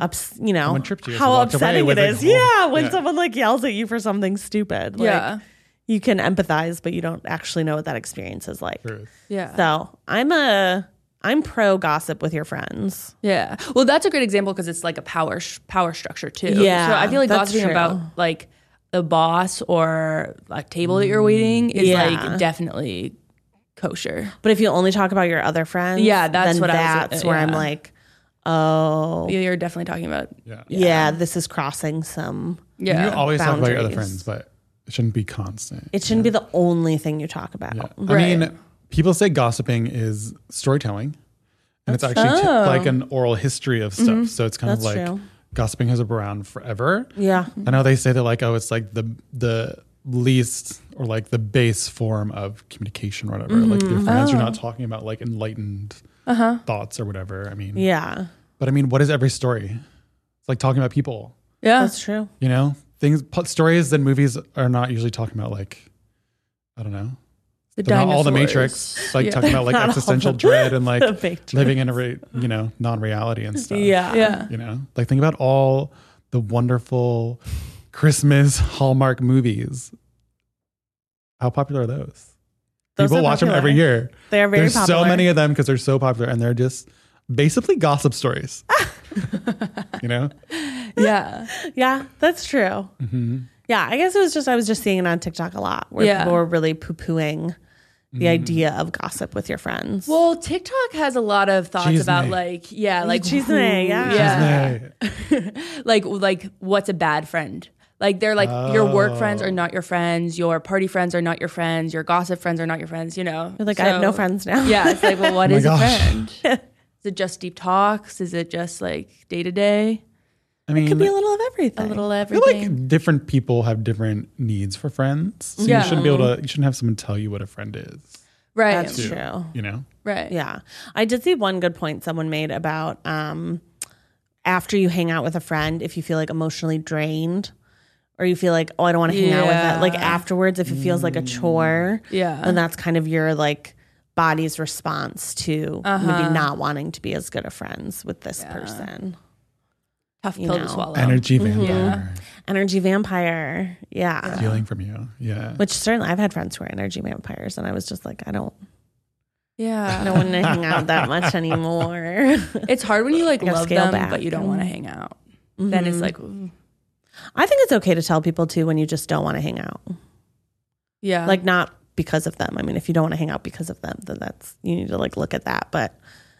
ups, you know,
Mm-hmm. Someone tripped you, so
how
walked away
upsetting it
with a
is.
whole-
yeah, when
yeah.
someone like yells at you for something stupid. Like,
Yeah.
you can empathize, but you don't actually know what that experience is like.
Truth.
Yeah.
So I'm a I'm pro gossip with your friends.
Yeah. Well, that's a great example because it's like a power sh- power structure too.
Yeah,
So I feel like
that's
gossiping
true.
about like the boss or a table that you're waiting is
Yeah.
like definitely kosher.
But if you only talk about your other friends,
Yeah, that's
then
what I was-
that's where I'm
yeah.
like, oh, yeah,
You're definitely talking about
Yeah.
this is crossing some.
yeah.
You always talk about your other
Boundaries.
friends, but it shouldn't be constant.
It shouldn't be the only thing you talk about.
Yeah. I
Right.
mean, people say gossiping is storytelling, and it's actually t- like an oral history of stuff. So it's kind
Mm-hmm. That's
of like
true.
gossiping has been around forever.
Yeah.
I know they say that like, oh, it's like the the least or like the base form of communication or whatever. Like
Mm-hmm.
with your friends, you're not
Oh.
talking about like enlightened
Uh-huh.
thoughts or whatever. I mean,
Yeah.
but I mean, what is every story? It's like talking about people,
Yeah.
That's true.
you know? Things, p- stories and movies are not usually talking about like, I don't know.
the
They're not all the
dinosaurs.
Matrix, like
Yeah.
talking about like
[LAUGHS] Not all
existential
the-
dread and [LAUGHS] like
[LAUGHS] the
uh,
Matrix.
living in a re- you know non-reality and stuff.
Yeah.
[LAUGHS]
Yeah.
you know, like think about all the wonderful Christmas Hallmark movies. How popular are those?
Those
People
are
watch them
popular.
every year.
They are very
There's
popular.
so many of them because they're so popular and they're just basically
[LAUGHS]
gossip stories. you know,
Yeah.
Yeah, that's true.
Mm-hmm.
Yeah, I guess it was just I was just seeing it on TikTok a lot where
Yeah.
people were really poo pooing the
Mm.
idea of gossip with your friends.
Well, TikTok has a lot of thoughts
Cheese
about
me.
like yeah, like
cheese
who-
me, yeah.
yeah.
Hey,
like like what's a bad friend? Like they're like your work friends
Oh.
are not your friends, your party friends are not your friends, your gossip friends are not your friends. You know,
You're like, I have
So-
no friends now.
Yeah, it's like, well,
[LAUGHS]
what
Oh my
is
[LAUGHS]
gosh.
a friend? Is it just deep talks? Is it just like day to day?
I mean,
Could be a little of everything.
A little
I feel
everything.
like different people have different needs for friends. So
Yeah.
you shouldn't be able to. You shouldn't have someone tell you what a friend is.
right.
That's true.
You know.
right.
Yeah. I did see one good point someone made about um, after you hang out with a friend, if you feel like emotionally drained or you feel like, oh, I don't want to hang out with that. Like
Yeah.
afterwards, if it feels like a
Mm.
chore,
Yeah.
and that's kind of your like body's response to
Uh-huh.
maybe not wanting to be as good of friends with this person.
Tough
you
pill
know.
to swallow.
Energy vampire
Energy vampire. Mm-hmm. Yeah.
stealing from you. Yeah.
Which certainly I've had friends who are energy vampires and I was just like, I don't I
yeah.
don't want to hang out that much anymore.
[LAUGHS] It's hard when you like
Gotta
love
scale
them,
back.
but you don't want to hang out. Then it's like, ooh.
Mm-hmm. I think it's okay to tell people too when you just don't want to hang out.
Uh-huh. yeah.
Like not because of them. I mean, if you don't want to hang out because of them, then that's you need to like look at that. But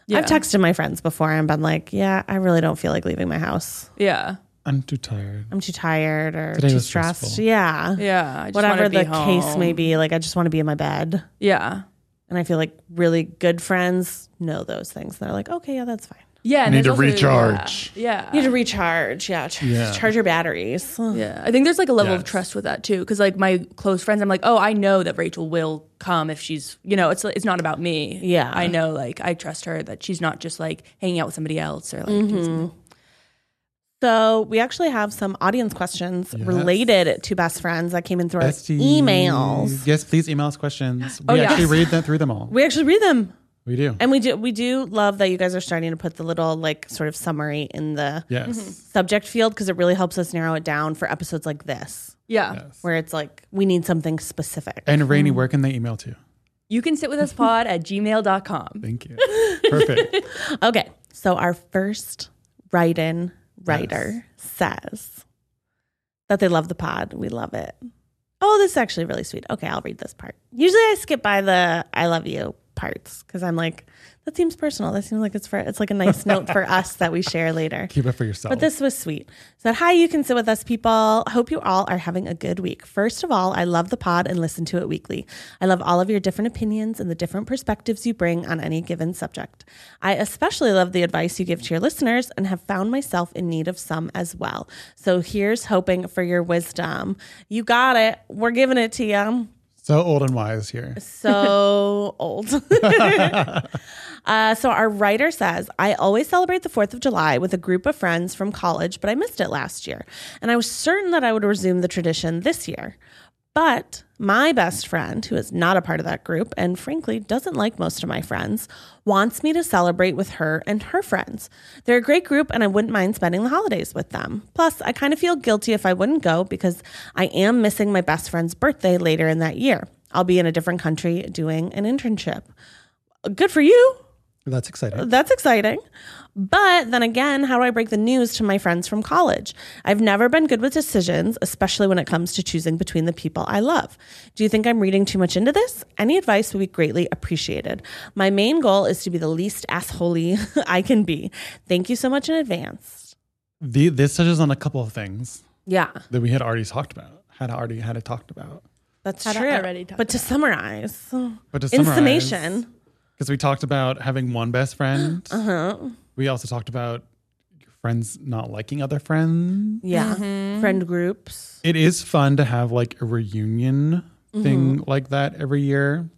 Yeah.
I've texted my friends before and been like, yeah, I really don't feel like leaving my house.
yeah.
I'm too tired.
I'm too tired or
Today
too
was
stressed.
stressful.
Yeah.
Yeah. I just
Whatever
wanna be
the case
home.
may be, like I just want to be in my bed.
Yeah.
And I feel like really good friends know those things. They're like, okay, yeah, that's fine.
Yeah. and
Need
there's
to
also-
recharge.
Yeah.
You need
Yeah.
to recharge. Yeah. Ch-
Yeah.
Charge your batteries.
Yeah. I think there's like a level of
Yes.
trust with that too. Cause like my close friends, I'm like, oh, I know that Rachel will come if she's, you know, it's it's not about me.
Yeah.
I know like I trust her that she's not just like hanging out with somebody else or like, doing
Mm-hmm.
something.
So we actually have some audience questions related to best friends that came in through
Besties.
our emails.
Yes, please email us questions. We
Oh, yeah.
actually read that through them all.
We actually read them,
We do.
and we do we do love that you guys are starting to put the little like sort of summary in the
Yes.
subject field because it really helps us narrow it down for episodes like this
yeah.
Yes.
where it's like we need something specific.
And Rainey, where can they email to?
You can sit with us pod at gmail.com.
[LAUGHS]
Thank you. Perfect.
Okay, so our first write-in writer says that they love the pod. We love it. Oh, this is actually really sweet. Okay, I'll read this part. Usually, I skip by the "I love you" parts because I'm like, that seems personal. That seems like it's for it's like a nice note for us that we share later.
Keep it for yourself.
But this was sweet. Said, Hi, you can sit with us, people. Hope you all are having a good week. First of all, I love the pod and listen to it weekly. I love all of your different opinions and the different perspectives you bring on any given subject. I especially love the advice you give to your listeners and have found myself in need of some as well. So here's hoping for your wisdom. You got it. We're giving it to you
so old and wise here.
so old. uh, so our writer says, I always celebrate the 4th of July with a group of friends from college, but I missed it last year. And I was certain that I would resume the tradition this year. But my best friend, who is not a part of that group and frankly doesn't like most of my friends, wants me to celebrate with her and her friends. They're a great group and I wouldn't mind spending the holidays with them. Plus, I kind of feel guilty if I wouldn't go because I am missing my best friend's birthday later in that year. I'll be in a different country doing an internship. Good for you.
That's exciting.
That's exciting. But then again, how do I break the news to my friends from college? I've never been good with decisions, especially when it comes to choosing between the people I love. Do you think I'm reading too much into this? Any advice would be greatly appreciated. My main goal is to be the least assholey [LAUGHS] I can be. Thank you so much in advance.
The, this touches on a couple of things
Yeah,
that we had already talked about, had already had it talked about.
that's
Had I
true.
already talked
but to summarize,
But to
in
summarize,
summation,
because we talked about having one best friend,
[GASPS] uh-huh.
we also talked about your friends not liking other friends.
yeah,
Mm-hmm.
friend groups.
It is fun to have like a reunion
Mm-hmm.
thing like that every year,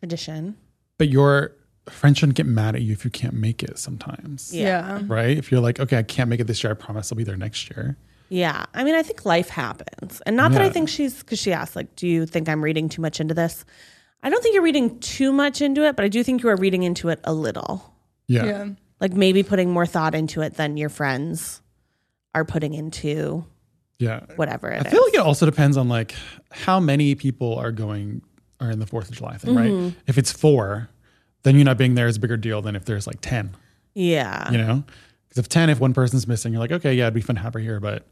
Tradition.
but your friend shouldn't get mad at you if you can't make it sometimes.
Yeah.
Right? If you're like, okay, I can't make it this year, I promise I'll be there next year.
Yeah. I mean, I think life happens. And not that I
Yeah.
think she's, because she asked, like, do you think I'm reading too much into this? I don't think you're reading too much into it, but I do think you are reading into it a little.
Yeah.
Yeah.
Like maybe putting more thought into it than your friends are putting into
Yeah.
whatever it is.
I feel like it also depends on like how many people are going are in the Fourth of July thing,
Mm-hmm.
right? If it's four, then you not being there is a bigger deal than if there's like ten,
yeah.
Ah.
you know? Because if ten, if one person's missing, you're like, okay, yeah, it'd be fun to have her here, but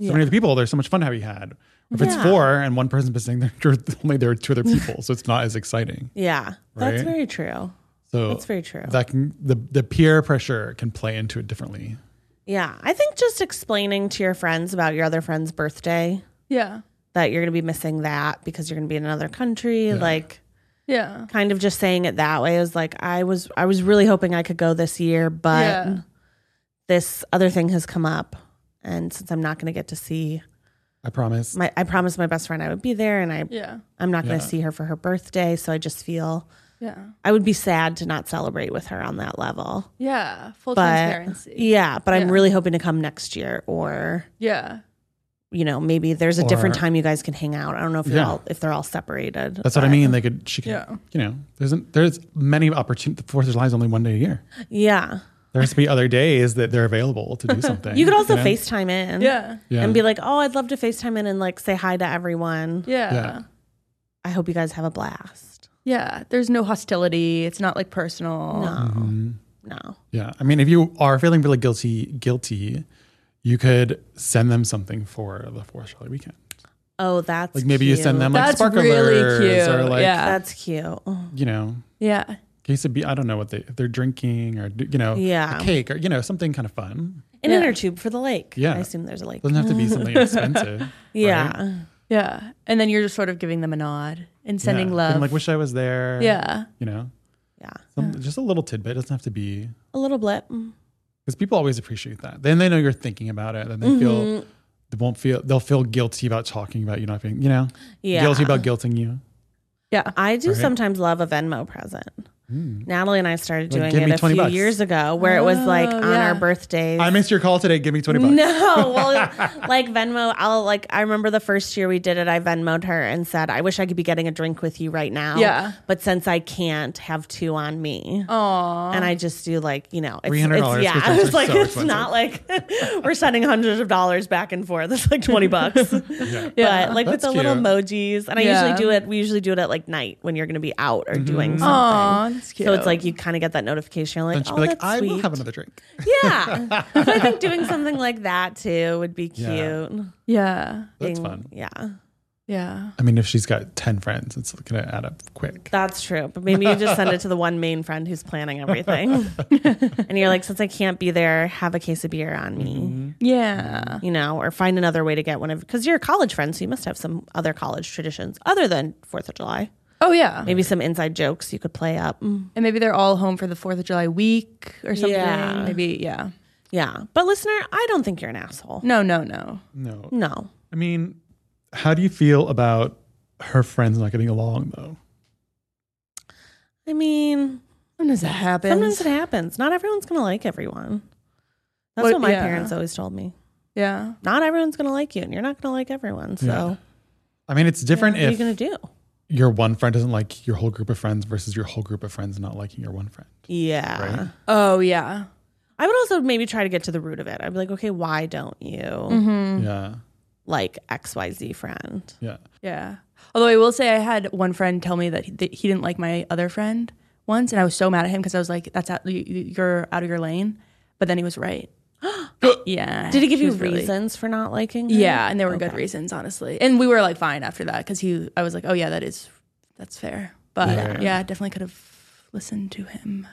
so many other people, there's so much fun to have you had. If it's
Yeah.
four and one person's missing, [LAUGHS] there are only there are two other people, so it's not as exciting.
Yeah. That's
Right?
very true.
So
That's very true.
That can the the peer pressure can play into it differently.
Yeah. I think just explaining to your friends about your other friend's birthday
Yeah.
that you're going to be missing that because you're going to be in another country, like,
Yeah.
kind of just saying it that way. It was like I was I was really hoping I could go this year, but
Yeah.
this other thing has come up and since I'm not going to get to see
I promise.
my I promised my best friend I would be there and I
Yeah.
I'm not going to
Yeah.
see her for her birthday, so I just feel
Yeah.
I would be sad to not celebrate with her on that level.
Yeah. Full
But
transparency.
yeah, but I'm
Yeah.
really hoping to come next year or
Yeah.
you know, maybe there's a different
Or-
time you guys can hang out. I don't know if you're
Yeah.
all if they're all separated.
That's what I
but-
mean. They could she could
Yeah.
you know, there's there's many opportunities the Fourth of July is only one day a year.
Yeah.
There has to be other days that they're available to
[LAUGHS]
do something.
You could also
know?
FaceTime in.
Yeah.
Yeah.
and be like, "Oh, I'd love to FaceTime in and like say hi to everyone.
Yeah.
Yeah.
Yeah.
I hope you guys have a blast."
There's no hostility. It's not like personal.
No,
Mhm.
no,
Yeah. I mean, if you are feeling really guilty guilty, you could send them something for the Fourth of July weekend.
oh, that's
Like maybe you send
cute.
them like
That's
sparklers
really cute.
or like
Yeah.
That's cute. Oh,
you know,
Yeah.
case of be I don't know what they if they're drinking or you know
Yeah.
a cake or you know something kind of fun.
An
Yeah.
inner tube for the lake.
Yeah.
I assume there's a lake.
Doesn't have to be [LAUGHS] something expensive.
Yeah,
right?
Yeah. And then you're just sort of giving them a nod and sending
Yeah.
love.
And like wish I was there.
yeah.
You know,
yeah,
some, just a little tidbit. It doesn't have to be
a little blip.
because people always appreciate that. Then they know you're thinking about it. Then they
Mm-hmm.
feel they won't feel they'll feel guilty about talking about you not being you know
Yeah,
guilty about guilting you.
Yeah.
I do
Right. Hmm.
sometimes love a Venmo present. Natalie and I started
Like,
doing
give
it
me
a
20
few
bucks.
years ago, where it was like
Oh,
on
yeah.
our birthdays.
I missed your call today. Give me twenty bucks. [LAUGHS]
No, well, like Venmo, I'll like. I remember the first year we did it. I Venmoed her and said, "I wish I could be getting a drink with you right now.
Yeah.
but since I can't, have two on me."
Aw.
And I just do like you know, it's,
$300
[LAUGHS] it's- yeah.
because
I
those
was
are
like,
so
it's not like [LAUGHS] we're sending hundreds of dollars back and forth. It's like twenty bucks, [LAUGHS] but like with
That's
the little
cute.
emojis. And I
Yeah.
usually do it. We usually do it at like night when you're going to be out or doing
Mm.
something.
Aw, that's cute.
So it's like you kind of get that notification. You're like,
And she'd
oh,
be like,
that's
I
sweet.
will have another drink. [LAUGHS]
Yeah. so I think doing something like that too would be cute.
Yeah.
Yeah.
That's
Being-
fun.
Yeah.
Yeah.
I mean, if she's got ten friends, it's gonna add up quick.
That's true. But maybe you just send it to the one main friend who's planning
[LAUGHS]
everything. and you're like, since I can't be there, have a case of beer on me.
Mm-hmm.
Yeah.
You know, or find another way to get one of because you're a college friend, so you must have some other college traditions other than Fourth of July.
Oh yeah.
Maybe some inside jokes you could play up. Mm.
And maybe they're all home for the 4th of July week or something.
Yeah.
Maybe, yeah.
Yeah. But listener, I don't think you're an asshole.
No, no, no.
No,
No.
I mean, how do you feel about her friends not getting along though?
I mean,
Sometimes that happens.
sometimes it happens. Not everyone's gonna like everyone. That's
Well,
what my
yeah.
parents always told me.
yeah.
not everyone's gonna like you and you're not gonna like everyone so
Yeah. I mean, it's different
what are you
if
gonna do
your one friend doesn't like your whole group of friends versus your whole group of friends not liking your one friend.
yeah
Right.
Oh, yeah.
i would also maybe try to get to the root of it i'd be like okay why don't you Mm-hmm.
Yeah,
like xyz friend
yeah.
Yeah. Although I will say I had one friend tell me that he, that he didn't like my other friend once, and I was so mad at him because I was like, "That's out, you, you- you're out of your lane," but then he was right. yeah.
[GASPS] Did he give
she
you
was really-
reasons for not liking her?
Yeah, and there were good reasons, honestly. And we were like fine after that because he, I was like, oh yeah, that is, that's fair. But
Yeah.
yeah, definitely could have listened to him.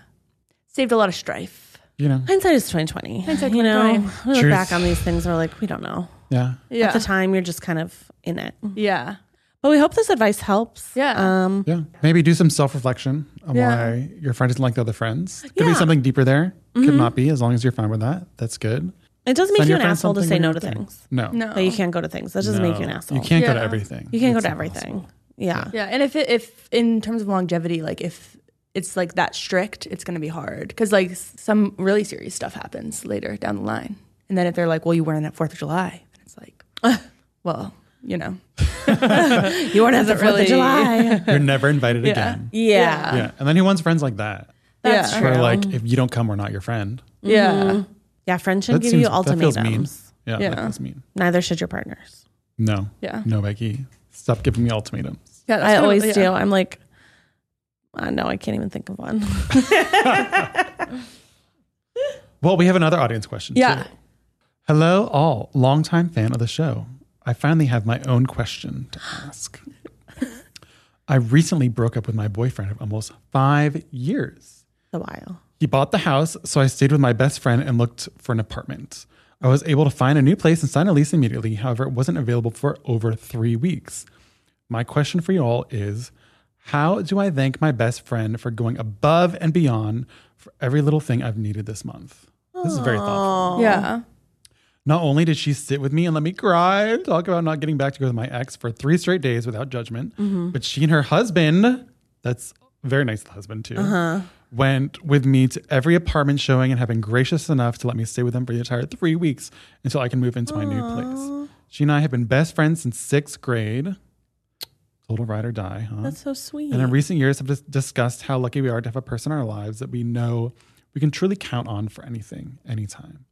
Saved a lot of strife.
You know,
Hindsight is twenty twenty. Hindsight, you
2020.
know, we look
Truth.
back on these things, we're like, we don't know.
yeah.
Yeah,
At the time, you're just kind of in it.
yeah,
But we hope this advice helps.
Yeah.
Um,
Yeah. Maybe do some self reflection on
Yeah.
why your friend doesn't like the other friends. Could be
Yeah. Mm-hmm.
something deeper there. Could not be, as long as you're fine with that. That's good.
it doesn't make
Send
you
your
an
friend
asshole to
something
say
when
no
you're
to
there.
things.
No.
no,
That you can't go to things. That doesn't make you an
No.
asshole.
You can't go to
Yeah.
everything.
You can't go
That's
to
not
everything.
possible.
Yeah.
yeah. And if it, if in terms of longevity, like if it's like that strict, it's gonna be hard because like s- some really serious stuff happens later down the line, and then if they're like, well, you weren't at Fourth of July, and it's like, [LAUGHS] well, you know, [LAUGHS]
You weren't at the
Doesn't
Fourth of [LAUGHS]
really-
July.
You're
[LAUGHS]
never invited again.
yeah.
Yeah. And then who wants friends like that?
That's
Yeah.
true.
Where like if you don't come, we're not your friend.
yeah,
Mm-hmm. Yeah, friends
That
shouldn't give
seems-
you
that feels
ultimatums.
mean. Yeah,
Yeah.
that feels mean.
Neither should your partners.
No.
yeah,
No, Becky. Stop giving me ultimatums.
yeah. that's
I
kind of-
always
yeah.
do. I'm like, uh, no, I can't even think of one. [LAUGHS]
Well, we have another audience question.
Yeah.
Too. Hello, all. Longtime fan of the show. I finally have my own question to ask. I recently broke up with my boyfriend of almost five years.
a while.
He bought the house, so I stayed with my best friend and looked for an apartment. I was able to find a new place and sign a lease immediately. However, it wasn't available for over three weeks. My question for you all is How do I thank my best friend for going above and beyond for every little thing I've needed this month? This is very thoughtful.
Yeah.
Not only did she sit with me and let me cry and talk about not getting back together with my ex for three straight days without judgment, but she and her husband, that's very nice of the husband too, went with me to every apartment showing and have been gracious enough to let me stay with them for the entire three weeks until I can move into my new place. She and I have been best friends since sixth grade. Total ride or die, huh?
That's so sweet.
And in recent years, have dis- discussed how lucky we are to have a person in our lives that we know we can truly count on for anything, anytime.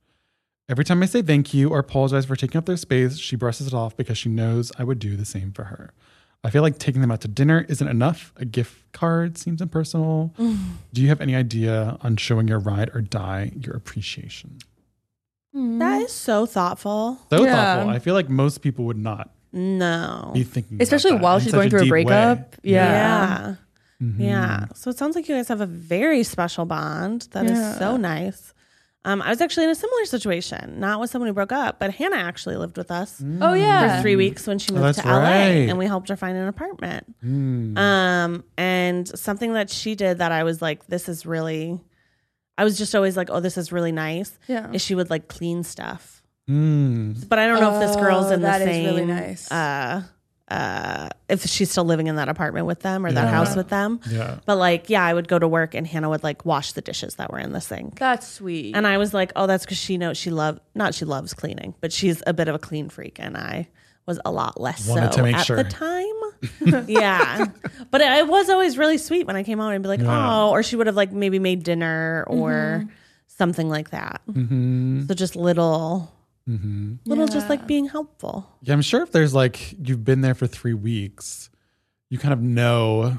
Every time I say thank you or apologize for taking up their space, she brushes it off because she knows I would do the same for her. I feel like taking them out to dinner isn't enough. A gift card seems impersonal.
Mm.
Do you have any idea on showing your ride or die your appreciation?
that is so thoughtful.
So
Yeah.
thoughtful. I feel like most people would not
No.
be thinking, about
Especially
that
while
in
she's
such
going through a
deep way.
breakup. Yeah.
Yeah. Yeah.
Mm.
So it sounds like you guys have a very special bond. That is
Yeah.
so nice. Um, I was actually in a similar situation, not with someone who broke up, but Hannah actually lived with us
Mm-hmm.
Oh yeah.
for three weeks when she moved
Mm. Oh, that's
to LA
right. Hmm.
and we helped her find an apartment. Um, and something that she did that I was like, this is really, I was just always like, oh, this is really nice.
Yeah.
Is she would like clean stuff.
Mm.
But I don't know if this girl's
Oh,
in the
that is
same.
really nice.
Uh, uh, if she's still living in that apartment with them or that
Yeah.
house with them.
Yeah.
But like, yeah, I would go to work and Hannah would like wash the dishes that were in the sink.
That's sweet.
And I was like, oh, that's because she knows she love not she loves cleaning, but she's a bit of a clean freak, and I was a lot less
Wanted
so
to make
at
sure.
the time. [LAUGHS] yeah, but it, it was always really sweet when I came out and be like,
Yeah.
oh, or she would have like maybe made dinner or something like that.
Mm-hmm.
So just little, little, just like being helpful.
Yeah, I'm sure if there's like you've been there for three weeks, you kind of know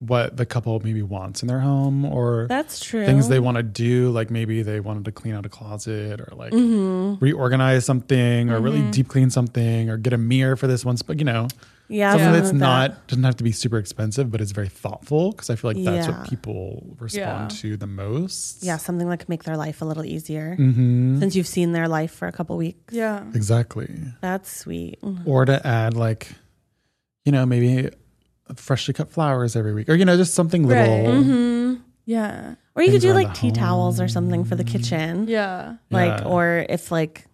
what the couple maybe wants in their home or
That's true.
things they want to do. Like maybe they wanted to clean out a closet or like
Mm-hmm.
reorganize something or really deep clean something or get a mirror for this once. But you know,
yeah,
something
something
that's
like that.
not doesn't have to be super expensive, but is very thoughtful because I feel like that's
Yeah.
what people respond
Yeah.
to the most.
Yeah, something that could make their life a little easier
hmm
since you've seen their life for a couple weeks. Mm-hmm.
yeah.
Exactly.
That's sweet.
or to add like you know maybe freshly cut flowers every week or you know just something
Right. Mm-hmm.
little
Yeah.
Or you could
Things
do
around
like
the
tea towels or something for the kitchen.
Yeah.
Like,
Yeah.
or if like,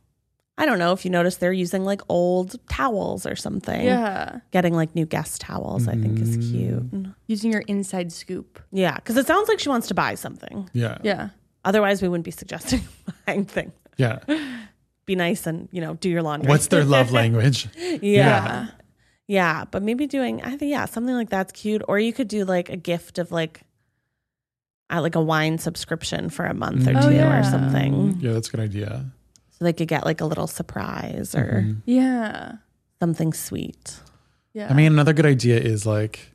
I don't know, if you notice they're using like old towels or something.
Yeah.
Getting like new guest towels, I think is
Mm.
cute.
Using your inside scoop.
Yeah. Cause it sounds like she wants to buy something.
yeah yeah
Yeah.
Otherwise, we wouldn't be suggesting [LAUGHS] buying things.
yeah
Be nice and, you know, do your laundry.
what's their
[LAUGHS]
love language
[LAUGHS] yeah.
Yeah.
Yeah, but maybe doing I think yeah, something like that's cute. Or you could do like a gift of like I like a wine subscription for a month or two
Mm.
Oh, yeah.
or something.
yeah that's a good idea Mm-hmm.
So they could get like a little surprise or
Yeah.
something sweet.
Yeah.
i mean another good idea is like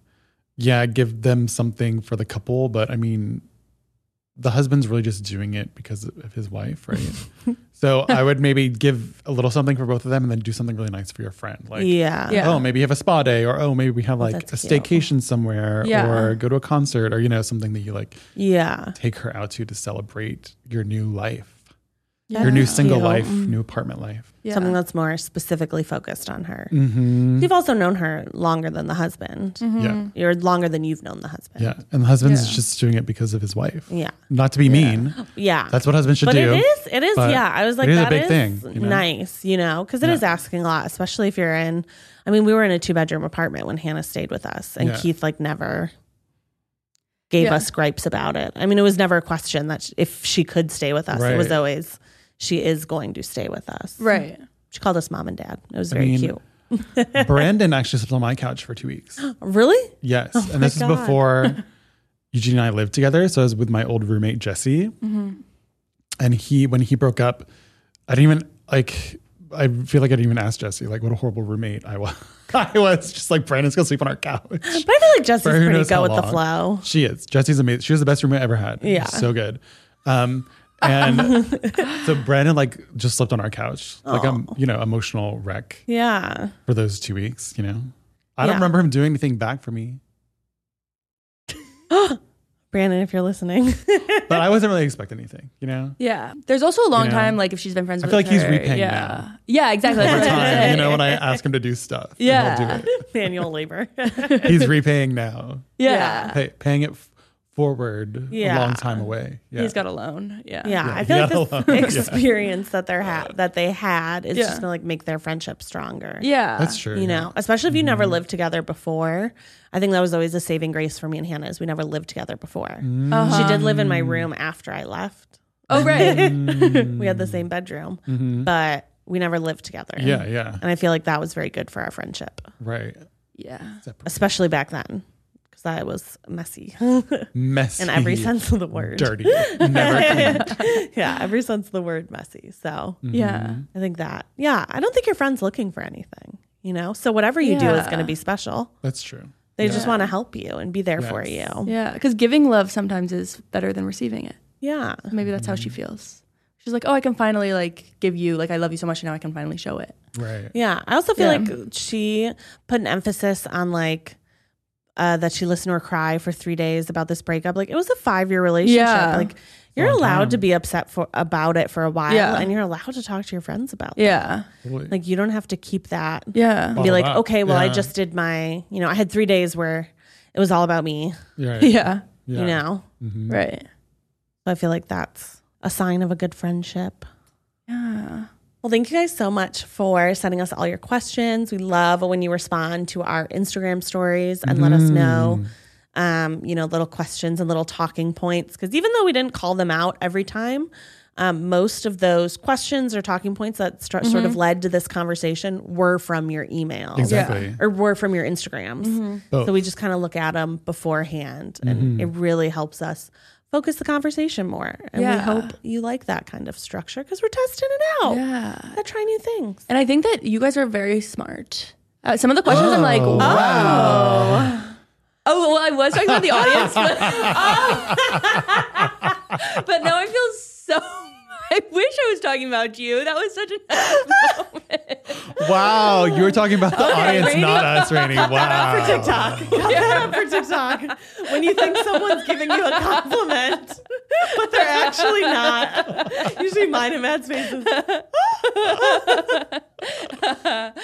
yeah, give them something for the couple, but I mean, the husband's really just doing it because of his wife,
[LAUGHS]
right? so I would maybe give a little something for both of them, and then do something really nice for your friend, like
yeah.
Yeah.
oh, maybe you have a spa day, or oh, maybe we have like a
that's cute.
staycation somewhere,
Yeah.
or go to a concert, or you know, something that you like
Yeah.
take her out to to celebrate your new life,
Yeah.
your new single
Cute.
life, new apartment life.
Yeah.
Something that's more specifically focused on her.
Mm-hmm.
You've Mm. also known her longer than the husband.
Yeah,
You're longer than you've known the husband.
yeah, and the husband's
Yeah.
just doing it because of his wife.
Yeah.
Not to be mean,
Yeah.
that's what husbands should
but
do.
it is, it is,
but
yeah. I was
it
like,
is a
that
big
is
thing, you know?
nice, you know, because it is asking a lot, especially if you're in. I mean, we were in a two bedroom apartment when Hannah stayed with us, and
Yeah.
Keith like never gave
Yeah.
us gripes about it. I mean, it was never a question that sh- if she could stay with us, it was
Right.
always she is going to stay with us.
right.
She called us mom and dad. It was very
mean-
cute. [LAUGHS]
Brandon actually slept on my couch for two weeks.
Really?
Yes. and this
Oh my God. [LAUGHS]
is before Eugene and I lived together. So I was with my old roommate, Jesse.
Mm-hmm.
And he, when he broke up, I didn't even like, I feel like I didn't even ask Jesse, like, what a horrible roommate I was. [LAUGHS] I was just like, Brandon's gonna sleep on our couch.
[LAUGHS] But I feel like Jesse's
For who
pretty
knows
go
how
with the
long.
flow.
She is. Jesse's amazing. She was the best roommate I ever had.
Yeah.
So good. Um,
[LAUGHS]
and so Brandon, like, just slept on our couch. Like, I'm, you know, emotional wreck
Yeah.
for those two weeks, you know? I don't
Yeah.
remember him doing anything back for me.
Brandon, if you're listening. [LAUGHS]
but I wasn't really expecting anything, you know?
Yeah. There's also a long
You know?
time, like if she's been friends
I
with
feel like he's
her,
repaying
yeah.
now.
Yeah,
[LAUGHS]
exactly.
Over
That's what I'm
time, you
saying.
know, when I ask him to do stuff, and
Yeah.
he'll do it.
Manual labor. [LAUGHS]
He's repaying now,
[LAUGHS] Yeah.
Pay, paying it f- forward
Yeah.
a long time away. Yeah.
He's got a loan. Yeah.
Yeah,
Yeah,
I feel
you
like this
gotta love- [LAUGHS] yeah.
[LAUGHS] experience that they're ha- that they had is
Yeah.
just gonna like make their friendship stronger.
Yeah.
That's true.
You know, especially if you
Mm-hmm.
never lived together before. I think that was always a saving grace for me and Hannah is we never lived together before.
Mm-hmm.
She did live in my room after I left.
[LAUGHS]
Oh,
Mm-hmm.
right.
We had the same bedroom, but we never lived together.
Yeah. Yeah.
And I feel like that was very good for our friendship,
Right.
yeah.
especially back then, because I was messy [LAUGHS]
Messy.
in every sense of the word.
Dirty. Never clean.
[LAUGHS] yeah, every sense of the word messy. So
Mm.
Yeah.
I think that, yeah, I don't think your friend's looking for anything, you know? So whatever you do is
Yeah.
going to be special.
That's true.
They just want to help you and be there for
Yes.
you.
Yeah. Because giving love sometimes is better than receiving it.
Yeah.
Maybe that's how she
Mm-hmm.
feels. She's like, oh, I can finally like give you like I love you so much, and now I can finally show it.
Right.
Yeah. I also feel
Yeah.
like she put an emphasis on like, uh, that she listened to her cry for three days about this breakup. Like it was a five year relationship.
Yeah.
Like you're
Long
allowed
time.
to be upset for about it for a while,
Yeah.
and you're allowed to talk to your friends about. it.
Yeah.
Totally.
Like you don't have to keep that
Yeah.
and be
Bottled
like,
up.
okay, well, I
Yeah.
just did my, you know, I had three days where it was all about me,
Right.
Yeah.
[LAUGHS]
Yeah.
you know?
Mhm.
Right.
So I feel like that's a sign of a good friendship.
Yeah.
Well, thank you guys so much for sending us all your questions. We love when you respond to our Instagram stories and let
Mm.
us know, um, you know, little questions and little talking points. Because even though we didn't call them out every time, um, most of those questions or talking points that stru- sort of led to this conversation were from your email
Exactly.
or were from your Instagrams.
Both.
So we just kind of look at them beforehand, and it really helps us focus the conversation more. And we
Yeah.
hope you like that kind of structure because we're testing it out.
Yeah.
Gotta try new things.
And I think that you guys are very smart. Uh, some of the questions I'm like,
Oh,
wow. Oh, well, I was talking about the
[LAUGHS]
audience, but, [LAUGHS] oh. but now I feel so. [LAUGHS] I wish I was talking about you. That was such an.
Wow. You were talking about the audience,
Rainey.
not
[LAUGHS]
us, Rainy. Wow.
TikTok. Cut that up for TikTok. When you think someone's giving you a compliment, but they're actually not. Usually mine and Matt's faces. [LAUGHS]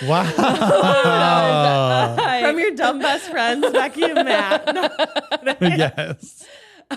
Wow.
From your dumb best friends, Becky and Matt. No,
[LAUGHS] yes.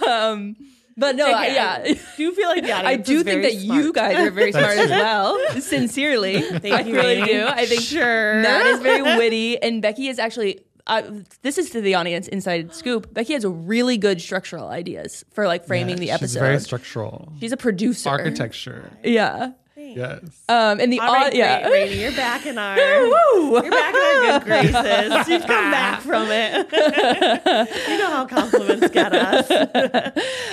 um, but no, I,
okay, I
yeah.
do feel like the audience
I
is
do
very
think that
smart.
you guys are very smart as well. Sincerely, [LAUGHS] I
you,
really
Amy.
do. I think
Sure.
Matt is very witty, and Becky is actually. Uh, this is to the audience inside scoop. Becky has really good structural ideas for like framing the
Yeah,
episode.
She's very structural.
She's a producer.
Architecture.
Yeah.
Yes.
Um, and the
All right,
au- yeah.
great, Rainey, you're back [LAUGHS] in our
[LAUGHS]
you're back in [LAUGHS] our good graces. You've come back from it. [LAUGHS] you know how compliments [LAUGHS] get us.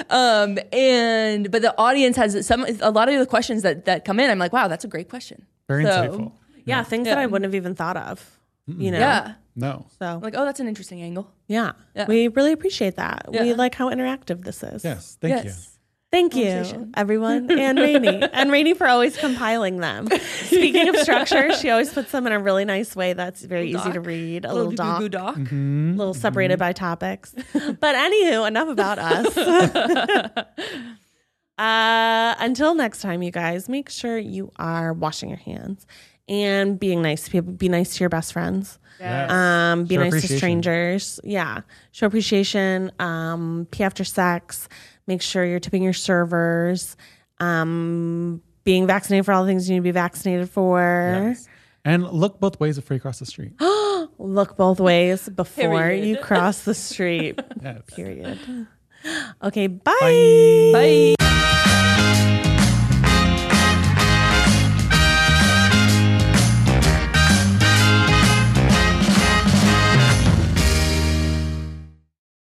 Um, and but the audience has some a lot of the questions that that come in. I'm like, wow, that's a great question.
Very
So,
insightful.
Yeah, things that I wouldn't have even thought of. You know,
Yeah.
No.
So
like, oh, that's an interesting angle.
yeah.
Yeah.
we really appreciate that. We
Yeah.
like how interactive this is.
Yes. Thank you.
yes.
Thank you,
Conversation. [LAUGHS]
everyone, and Rainey, and Rainey for always compiling them. Speaking of structure, she always puts them in a really nice way that's very
Little
easy to
doc.
read. A little doc,
goo doc.
Mm-hmm.
little separated by topics. [LAUGHS] but anywho, enough about us.
[LAUGHS]
[LAUGHS] uh, until next time, you guys, make sure you are washing your hands and being nice to people. Be nice to your best friends.
Yes.
Um, be
Show
nice to
appreciation.
strangers. Yeah. Show appreciation. Um, pee after sex. Make sure you're tipping your servers. Um, being vaccinated for all the things you need to be vaccinated for.
Yes. And look both ways before you cross the [GASPS] street.
Look both
[LAUGHS]
ways before
Period.
you cross the street.
Yes.
Period. [GASPS] Okay,
Bye.
Bye.